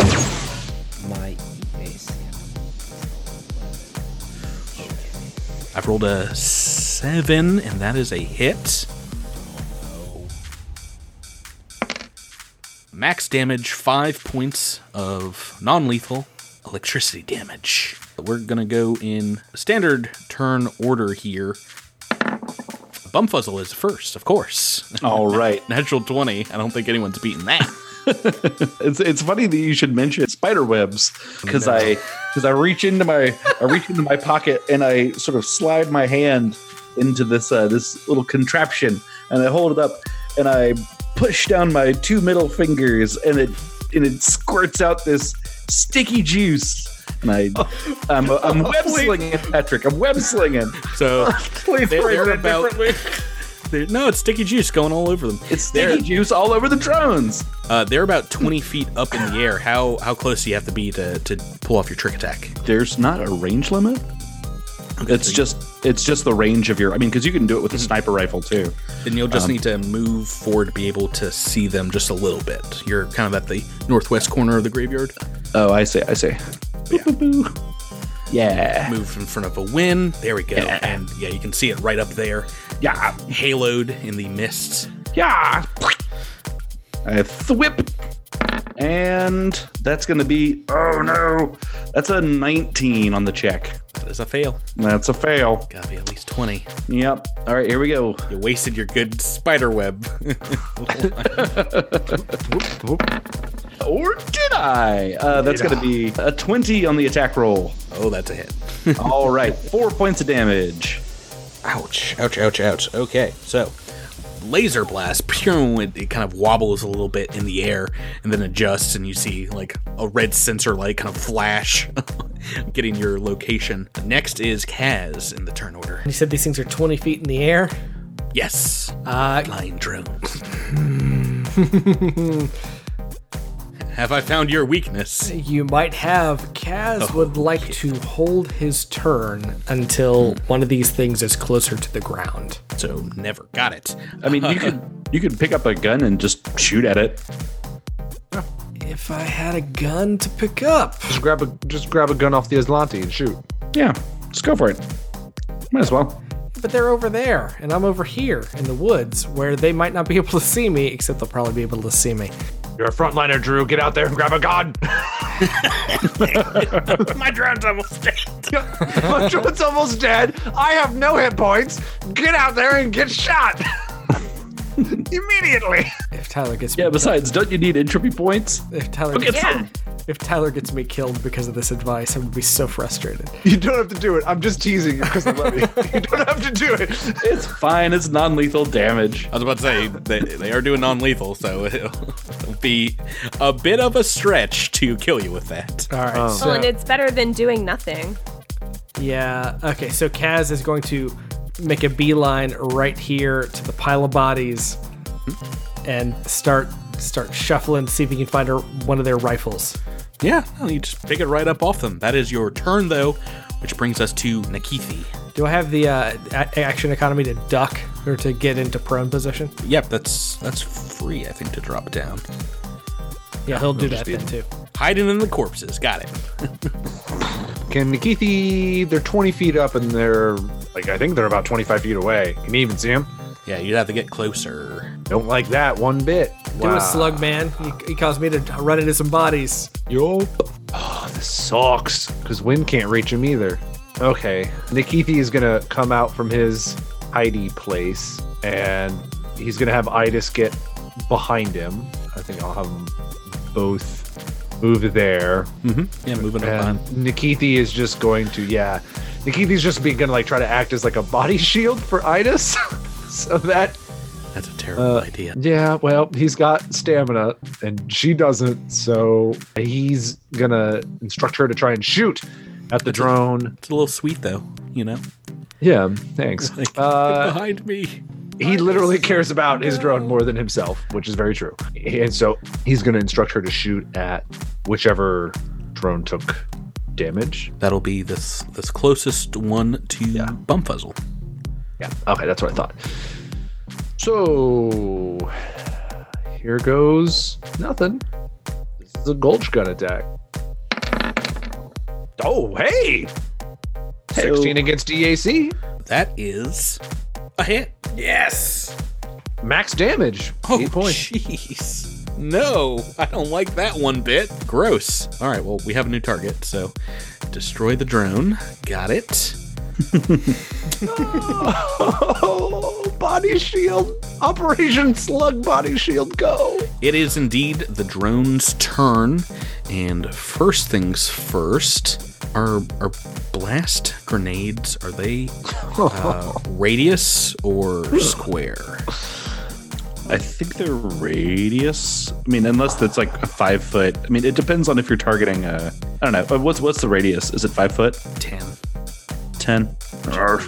My EAC. I've rolled a seven, and that is a hit. Max damage, five points of non lethal electricity damage. We're gonna go in standard turn order here. Bumfuzzle is first, of course. All right. Natural 20. I don't think anyone's beaten that. It's it's funny that you should mention spider webs because I because I reach into my I reach into my pocket and I sort of slide my hand into this uh, this little contraption and I hold it up and I push down my two middle fingers and it and it squirts out this sticky juice. And I, Oh. I'm, I'm web slinging, Patrick. I'm web slinging. So Please They- phrase they're that about- differently. there- no, it's sticky juice going all over them. It's sticky juice all over the drones. Uh, they're about 20 feet up in the air. How how close do you have to be to, to pull off your trick attack? there's not a range limit. It's just it's just the range of your. I mean, because you can do it with Mm-hmm. a sniper rifle too. Then you'll just need to move forward to be able to see them just a little bit. You're kind of at the northwest corner of the graveyard. Oh, I see. I see. Yeah. Move in front of a win. There we go. And yeah, you can see it right up there, Yeah. haloed in the mist. Yeah. I thwip, and that's gonna be. Oh no, that's a 19 on the check. That is a fail. That's a fail. Gotta be at least 20. Yep. All right, here we go. You wasted your good spider web. Or did I? Uh, that's gonna be a 20 on the attack roll. oh, that's a hit. All right, four points of damage. Ouch, ouch, ouch, ouch. Okay, so laser blast, pew, it, it kind of wobbles a little bit in the air and then adjusts, and you see like a red sensor light kind of flash, getting your location. Next is Kaz in the turn order. You said these things are 20 feet in the air. Yes, Uh, flying drones. Have I found your weakness? you might have. Kaz would like to hold his turn until one of these things is closer to the ground. So never got it. I mean, you could you could pick up a gun and just shoot at it. If I had a gun to pick up. Just grab a just grab a gun off the Aslanti and shoot. Yeah, just go for it. Might as well. But they're over there, and I'm over here in the woods where they might not be able to see me, except they'll probably be able to see me. You're a frontliner, Drew. Get out there and grab a gun. My drone's almost dead. My drone's almost dead. I have no hit points. Get out there and get shot. Immediately. If Tyler gets Yeah. me, Besides, don't you need entropy points? if Tyler Go get gets, some. if Tyler gets me killed because of this advice, I'm gonna be so frustrated. You don't have to do it. I'm just teasing you because I love you. You don't have to do it. It's fine. It's non-lethal damage. I was about to say they, they are doing non-lethal, so it'll be a bit of a stretch to kill you with that. All right. So, Well, and it's better than doing nothing. yeah. Okay. So Kaz is going to make a beeline right here to the pile of bodies, and start start shuffling, see if he can find her, one of their rifles. Yeah, no, you just pick it right up off them. That is your turn, though, which brings us to Nikithi. Do I have the uh, a- action economy to duck or to get into prone position? Yep, that's that's free, I think, to drop down. Yeah, he'll do that then too. Hiding in the corpses, got it. Can Nikithi? They're 20 feet up and they're like I think they're about 25 feet away. Can you even see them? Yeah, you'd have to get closer. Don't like that one bit. Do a slug, man. He, he caused me to run into some bodies. Yo. Oh, this sucks. Because Win can't reach him either. Okay. Nikithi is going to come out from his hidey place and he's going to have Idis get behind him. I think I'll have them both move there. Yeah, moving up And Nikithi Um, is just going to, yeah. Nikithi's just going to like try to act as like a body shield for Idis. so that That's a terrible idea. yeah, well, he's got stamina and she doesn't, so he's gonna instruct her to try and shoot at the drone. It's a little sweet, though, you know? Yeah, thanks. Uh, Behind me. he literally cares about his drone more than himself, which is very true. And so he's gonna instruct her to shoot at whichever drone took damage. That'll be this this closest one to Bumfuzzle. Yeah, okay, that's what I thought. So here goes nothing. This is a gulch gun attack. Oh, hey! 16 against EAC. That is a hit. Yes. Max damage. Oh, Eight points. jeez. No, I don't like that one bit. Gross. All right, well, we have a new target, so destroy the drone. Got it. Oh, body shield. Operation Slug Body Shield, go. It is indeed the drone's turn, and first things first, are are blast grenades are they uh, radius or square? I think they're radius. I mean, unless it's like a five foot. I mean, it depends on if you're targeting a. I don't know. Uh, What's what's the radius? Is it five foot? Ten. Ten? Yeah,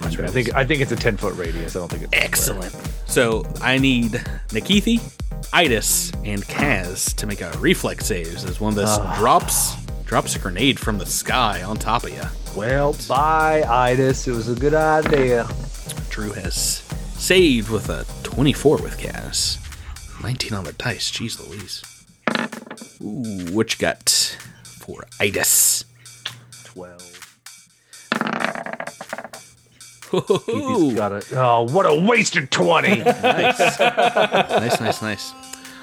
that's I think I think it's a ten foot radius. I don't think it's Excellent. So I need Nikithi, Itis, and Kaz to make a reflex saves as one of this drops drops a grenade from the sky on top of you. Well, bye, Itis. It was a good idea. Drew has saved with a 24 with Kaz. 19 on the dice. Jeez Louise. Ooh, what you got for Itis? 12 Ooh, Got it. Oh, what a wasted twenty. nice. nice, nice, nice.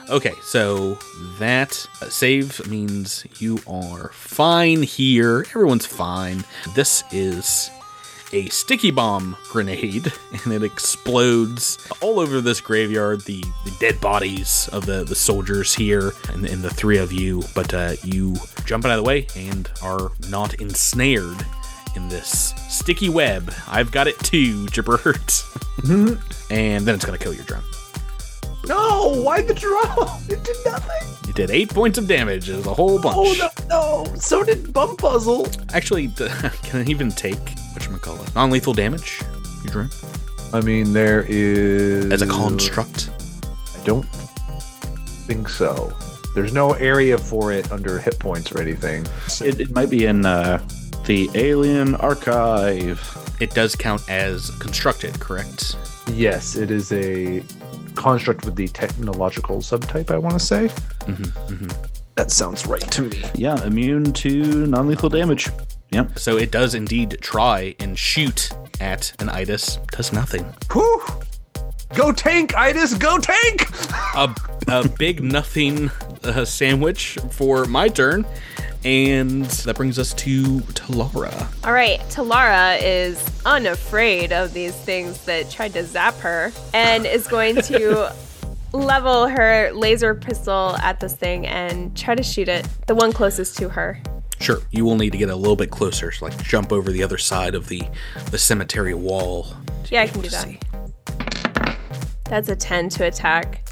Okay, so that uh, save means you are fine here. Everyone's fine. This is a sticky bomb grenade, and it explodes all over this graveyard. The, the dead bodies of the, the soldiers here, and, and the three of you. But uh, you jump out of the way and are not ensnared in this sticky web. I've got it too, Gibbert. and then it's gonna kill your drone. no, why the drone? It did nothing. You did eight points of damage. It was a whole bunch. Oh no, no. So did Bum Puzzle. Actually, th- can it even take whatchamacallit? Non lethal damage? You drew? I mean, there is. As a construct? I don't think so. There's no area for it under hit points or anything. It, it might be in uh, the Alien Archive. It does count as constructed, correct? Yes, it is a construct with the technological subtype. I want to say. Mm-hmm, That sounds right to me. Yeah, immune to non lethal damage. Yep. So it does indeed try and shoot at an itis. Does nothing. Whew. Go tank, Itis. Go tank. A, a big nothing uh, sandwich for my turn. And that brings us to Talara. All right, Talara is unafraid of these things that tried to zap her and is going to level her laser pistol at this thing and try to shoot it, the one closest to her. Sure, you will need to get a little bit closer, so like jump over the other side of the, the cemetery wall. Yeah, I can do that. That's a 10 to attack.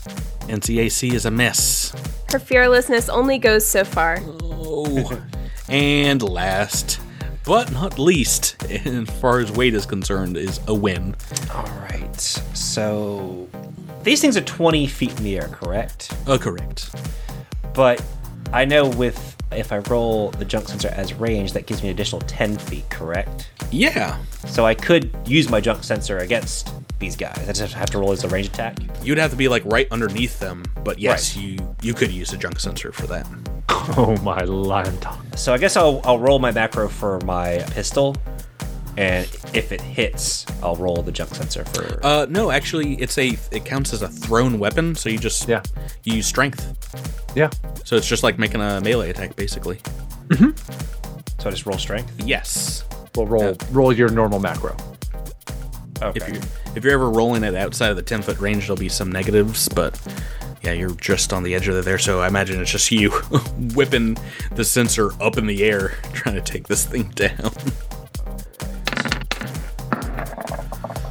NCAC is a mess. Her fearlessness only goes so far. Oh. and last, but not least, as far as weight is concerned, is a win. All right. So these things are 20 feet in the air, correct? Uh, correct. But I know with if I roll the junk sensor as range, that gives me an additional 10 feet, correct? Yeah. So I could use my junk sensor against these guys. I just have to roll as a range attack. You'd have to be like right underneath them, but yes, Right. you you could use a junk sensor for that. Oh my lion dog. So I guess I'll, I'll roll my macro for my pistol, and if it hits, I'll roll the junk sensor for. Uh, no, actually, it's a it counts as a thrown weapon, so you just Yeah. you use strength. Yeah. So it's just like making a melee attack, basically. so I just roll strength. Yes. Well, roll roll your normal macro. Okay. If you if you're ever rolling it outside of the ten foot range, there'll be some negatives, but yeah, you're just on the edge of it there, so I imagine it's just you whipping the sensor up in the air, trying to take this thing down.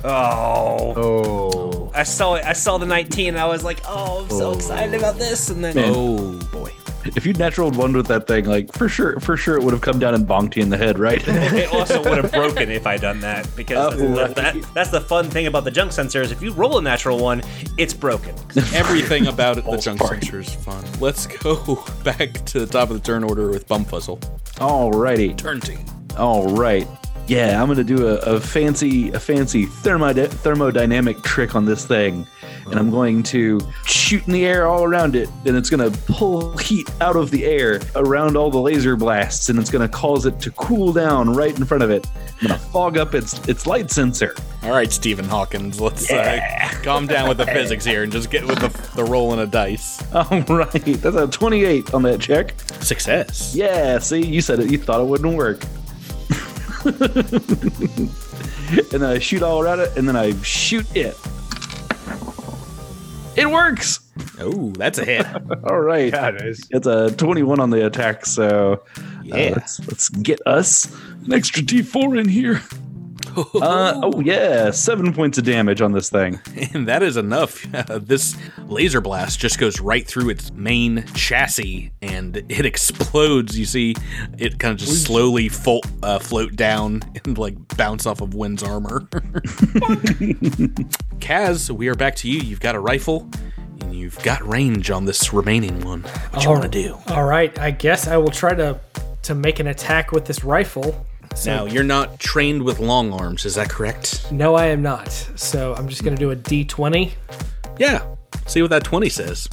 oh, Oh. I saw it. I saw the 19. And I was like, oh, I'm so excited about this. And then Oh boy. If you natural one with that thing, like for sure, for sure, it would have come down and bonked you in the head, right? it also would have broken if I done that because Oh, that's, that, that's the fun thing about the junk sensor is if you roll a natural one, it's broken. Everything about it, the junk sensor is fun. Let's go back to the top of the turn order with Bumfuzzle. Alrighty. Turn two. All right. Yeah, I'm gonna do a, a fancy a fancy thermod- thermodynamic trick on this thing, and I'm going to shoot in the air all around it, and it's gonna pull heat out of the air around all the laser blasts, and it's gonna cause it to cool down right in front of it. I'm gonna fog up its its light sensor. All right, Stephen Hawkins, let's uh, calm down with the physics here and just get with the, the rolling of dice. All right, that's a 28 on that check. Success. Yeah, see, you said it. You thought it wouldn't work. and then I shoot all around it, and then I shoot it. It works. Oh, that's a hit. All right. Yeah, it is. It's a 21 on the attack, so uh, Yeah. let's, let's get us an extra d4 in here. uh, oh, yeah. Seven points of damage on this thing. and that is enough. this laser blast just goes right through its main chassis and it explodes. You see it kind of just slowly fo- uh, float down and like bounce off of Wynn's armor. Kaz, we are back to you. You've got a rifle and you've got range on this remaining one. What you want to do? All right, I guess I will try to to make an attack with this rifle. Now, you're not trained with long arms, is that correct? Mm. No, I am not. So I'm just gonna do a D20. Yeah. See what that 20 says.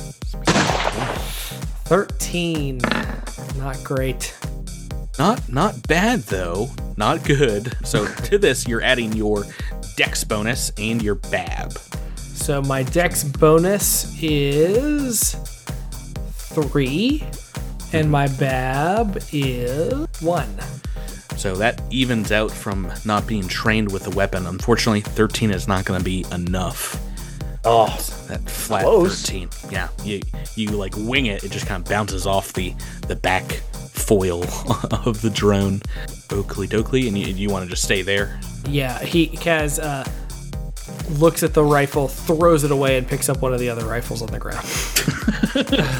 13. Not great. Not not bad though. Not good. So to this you're adding your dex bonus and your bab. So my dex bonus is three, and my bab is one. So that evens out from not being trained with the weapon. Unfortunately, 13 is not going to be enough. Oh, That flat 13. Yeah. You you like wing it, it just kind of bounces off the the back foil of the drone. Oakley dokley and you, you want to just stay there. Yeah, he Kaz uh, looks at the rifle, throws it away, and picks up one of the other rifles on the ground.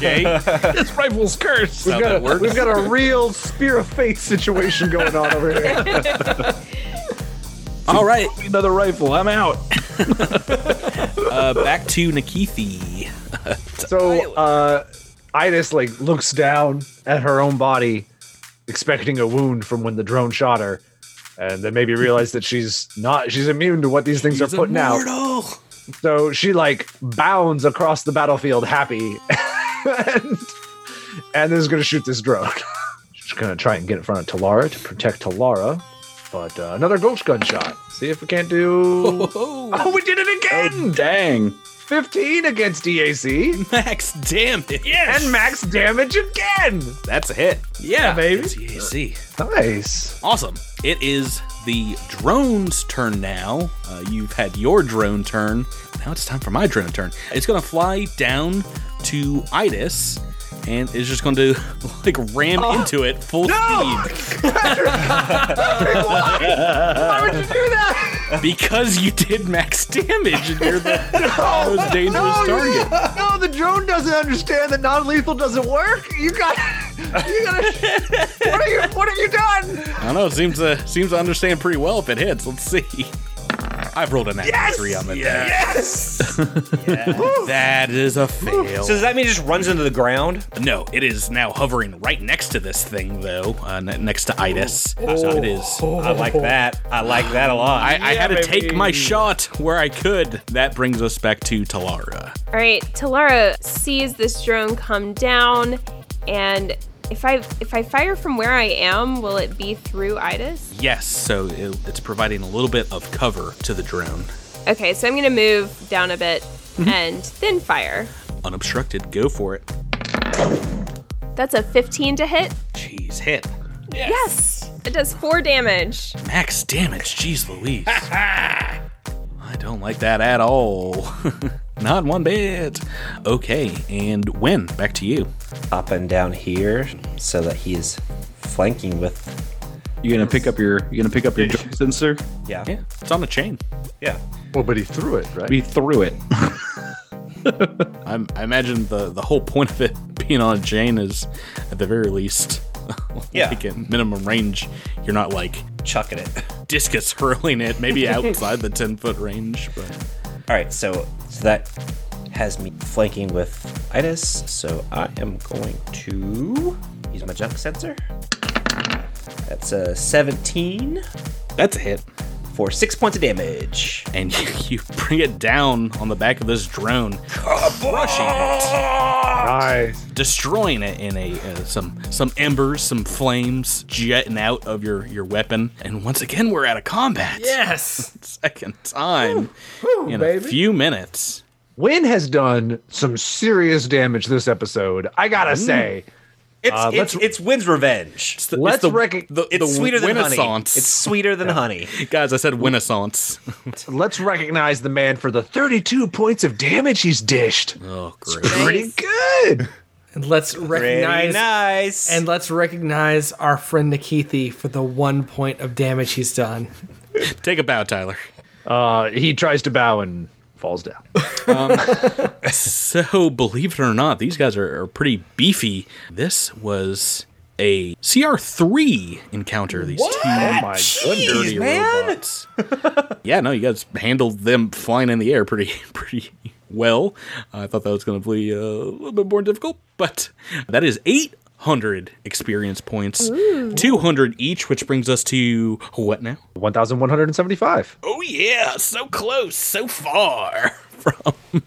This rifle's cursed. How that works? we've got a real spear of fate situation going on over here. All right. Another rifle. I'm out. Uh, back to Nikithi. So, uh, Idis like looks down at her own body, expecting a wound from when the drone shot her, and then maybe realize that she's not. She's immune to what these things are putting out. So she like bounds across the battlefield, happy, and, and is going to shoot this drone. She's going to try and get in front of Talara to protect Talara. But uh, another ghost gun shot. See if we can't do. Oh, we did it again! Dang. 15 against DAC. Max, damn it. Yes. and max damage again. That's a hit. Yeah, baby. It's EAC. Nice. Awesome. It is the drone's turn now. Uh, you've had your drone turn. Now it's time for my drone turn. It's going to fly down to Idis and is just going to like ram Oh. into it full speed Why would you do that? because you did max damage and you're the most dangerous target. Oh, No, the drone doesn't understand that non-lethal doesn't work. You got, you got. What are you? What have you done? I don't know. Seems to seems to understand pretty well if it hits. Let's see. I've rolled a nat three on the die. Yes. That is a fail. So does that mean it just runs into the ground? No, it is now hovering right next to this thing, though, uh, ne- next to Itis. So it is. I like that. I like that a lot. I, I had to take my shot where I could. That brings us back to Talara. All right, Talara sees this drone come down, and if I if I fire from where I am, will it be through Idis? Yes, so it, it's providing a little bit of cover to the drone. Okay, so I'm gonna move down a bit and then fire. Unobstructed, go for it. That's a 15 to hit. Jeez, hit. Yes, it does four damage. Max damage, jeez Louise. I don't like that at all. Not one bit. Okay, and Win, back to you. Up and down here so that he is flanking with. You gonna pick up your you gonna pick up your drone sensor? Yeah. Yeah, it's on a chain. Yeah. Well, but he threw it, right? We threw it. I'm, I imagine the, the whole point of it being on a chain is, at the very least, Yeah. like at minimum range, you're not like Chucking it. discus hurling it, maybe outside the 10 foot range. But All right, so, so that has me flanking with Idis. So I am going to use my jump sensor. That's a 17 that's a hit. for six points of damage. And you, you bring it down on the back of this drone, crushing it, Ah, Nice. destroying it in a uh, some some embers, some flames jetting out of your your weapon. And once again, we're out of combat. Yes. Second time in a few minutes. Wynn has done some serious damage this episode. I gotta say, It's Uh, it's, let's- it's wind's revenge. It's, the- Let's the- rec- the- the sweeter than honey. Renaissance. It's sweeter than honey. Guys, I said Renaissance. Let's recognize the man for the 32 points of damage he's dished. Oh, great. Pretty good. And let's Pretty recognize nice. and let's recognize our friend Nikithi for the one point of damage he's done. Take a bow, Tyler. Uh, he tries to bow and falls down. So, believe it or not, these guys are, are pretty beefy. This was a CR3 encounter. These two My Oh dirty robots. yeah, no, you guys handled them flying in the air pretty pretty well. I thought that was going to be uh, a little bit more difficult, but that is 800 experience points, 200 each, which brings us to what now? 1,175. Oh yeah, so close, so far from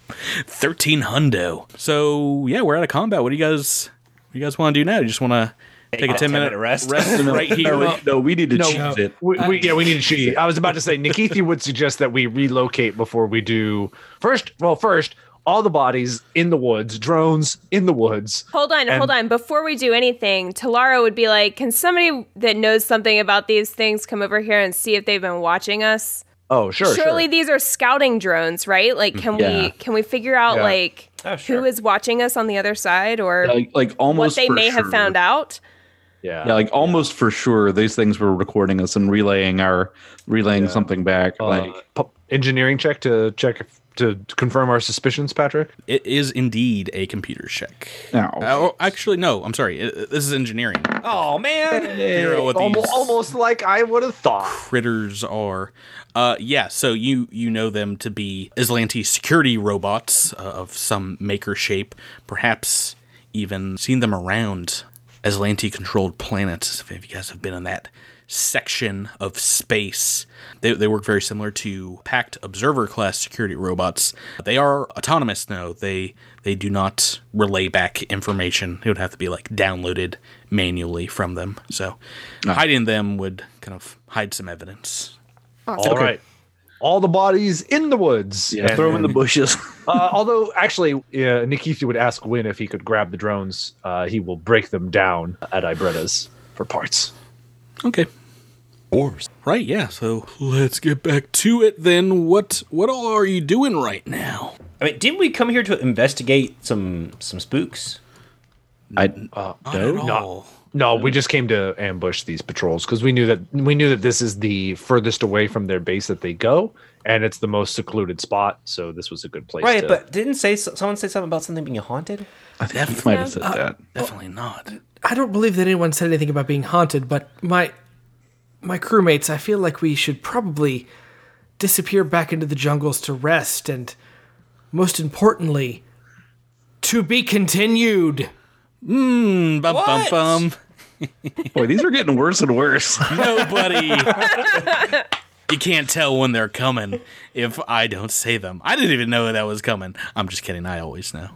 13 hundo. So yeah, we're out of combat. What do you guys? What do you guys want to do now? You just want to take, a 10 minute rest. right No, here. we- no, we need to cheese it. We, we, yeah, we need to cheat. I was about to say, Nikithi would suggest that we relocate before we do. First, well, first, all the bodies in the woods, drones in the woods. Hold on, hold on. Before we do anything, Talara would be like, "Can somebody that knows something about these things come over here and see if they've been watching us? Oh, sure. Surely sure. these are scouting drones, right? Like, can Yeah. we can we figure out Yeah. like Oh, sure. who is watching us on the other side or Like, like what almost they for may have sure- found out?" yeah. Yeah, like almost for sure, these things were recording us and relaying our relaying something back. like Pu- Uh, engineering check to check if, to confirm our suspicions, Patrick. It is indeed a computer check. now, Oh, actually, no. I'm sorry. I- I- This is engineering. Oh man. Figure out what Almo- these almost like I would have thought. critters are. Uh, yeah. So you you know them to be Islanti security robots uh, of some maker shape. Perhaps even seen them around Islanti controlled planets. If you guys have been in that section of space, they they work very similar to Pact Observer class security robots. They are autonomous though. They they do not relay back information. It would have to be like downloaded manually from them. So hiding them would kind of hide some evidence. All right. All the bodies in the woods. yeah, And- throw 'em in the bushes. Uh, although, actually, uh, Nikithi would ask Win if he could grab the drones. Uh, he will break them down at Ibretta's for parts. Okay. Orbs. Right, yeah. So let's get back to it then. What what all are you doing right now? I mean, didn't we come here to investigate some some spooks? I, No, no? No, we just came to ambush these patrols because we knew that we knew that this is the furthest away from their base that they go, and it's the most secluded spot. So this was a good place. Right, to- but didn't say someone say something about something being haunted? I think you might have said that. Definitely not. I don't believe that anyone said anything about being haunted, but my my crewmates, I feel like we should probably disappear back into the jungles to rest and most importantly to be continued. Bum, bum, What? bum. Boy, these are getting worse and worse. Nobody. you can't tell when they're coming if I don't say them. I didn't even know that was coming. I'm just kidding. I always know.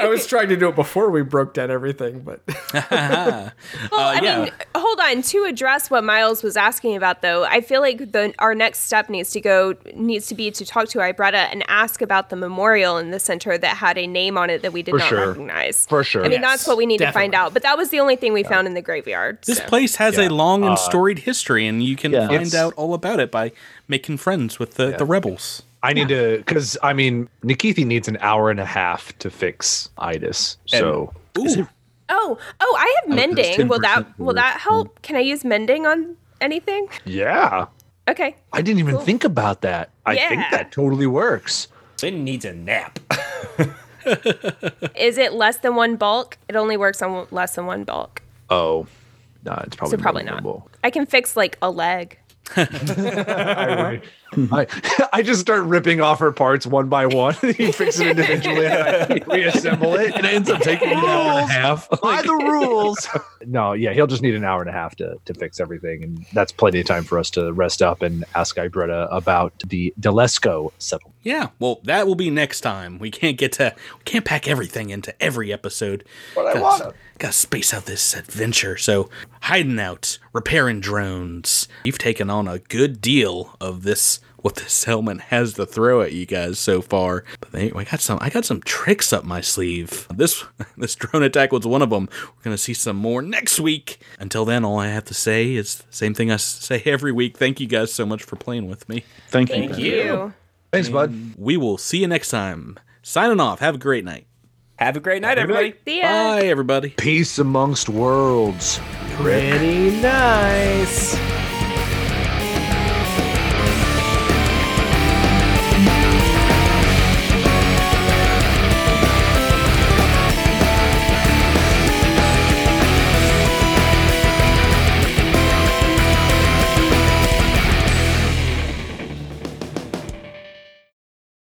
I was trying to do it before we broke down everything, but Well, I yeah. mean, hold on. To address what Miles was asking about, though, I feel like the our next step needs to go needs to be to talk to Ibretta and ask about the memorial in the center that had a name on it that we did For not sure. recognize. For sure. I mean, Yes, that's what we need to find definitely. out. But that was the only thing we found in the graveyard. This so. place has a long and storied history, and you can Uh, Yeah. find It's- out all about it by making friends with the, the rebels. I need to because I mean Nikithi needs an hour and a half to fix Idis. So oh, oh, I have mending. Will that 10% will that help? Can I use mending on anything? yeah, Okay. I didn't even think about that. I think Yeah. that totally works. Finn needs a nap. Is it less than one bulk? It only works on less than one bulk. Oh, no, it's probably So probably not. I can fix like a leg. I, I just start ripping off her parts one by one. you fix it individually, and I reassemble it. it ends up taking an hour and a half. By the rules. No, yeah, he'll just need an hour and a half to, to fix everything, and that's plenty of time for us to rest up and ask Ibretta about the Delesco settlement. Yeah, well, that will be next time. We can't get to we can't pack everything into every episode. But I want Got to space out this adventure. So hiding out, repairing drones. You've taken on a good deal of this what this helmet has to throw at you guys so far. But they, I got some, I got some tricks up my sleeve. This this drone attack was one of them. We're gonna see some more next week. Until then, all I have to say is the same thing I s- say every week. Thank you guys so much for playing with me. Thank, you. Thank you. Thanks, bud. Mm. We will see you next time. Signing off. Have a great night. Have a great night, everybody. See ya. Bye, everybody. Peace amongst worlds. Pretty nice.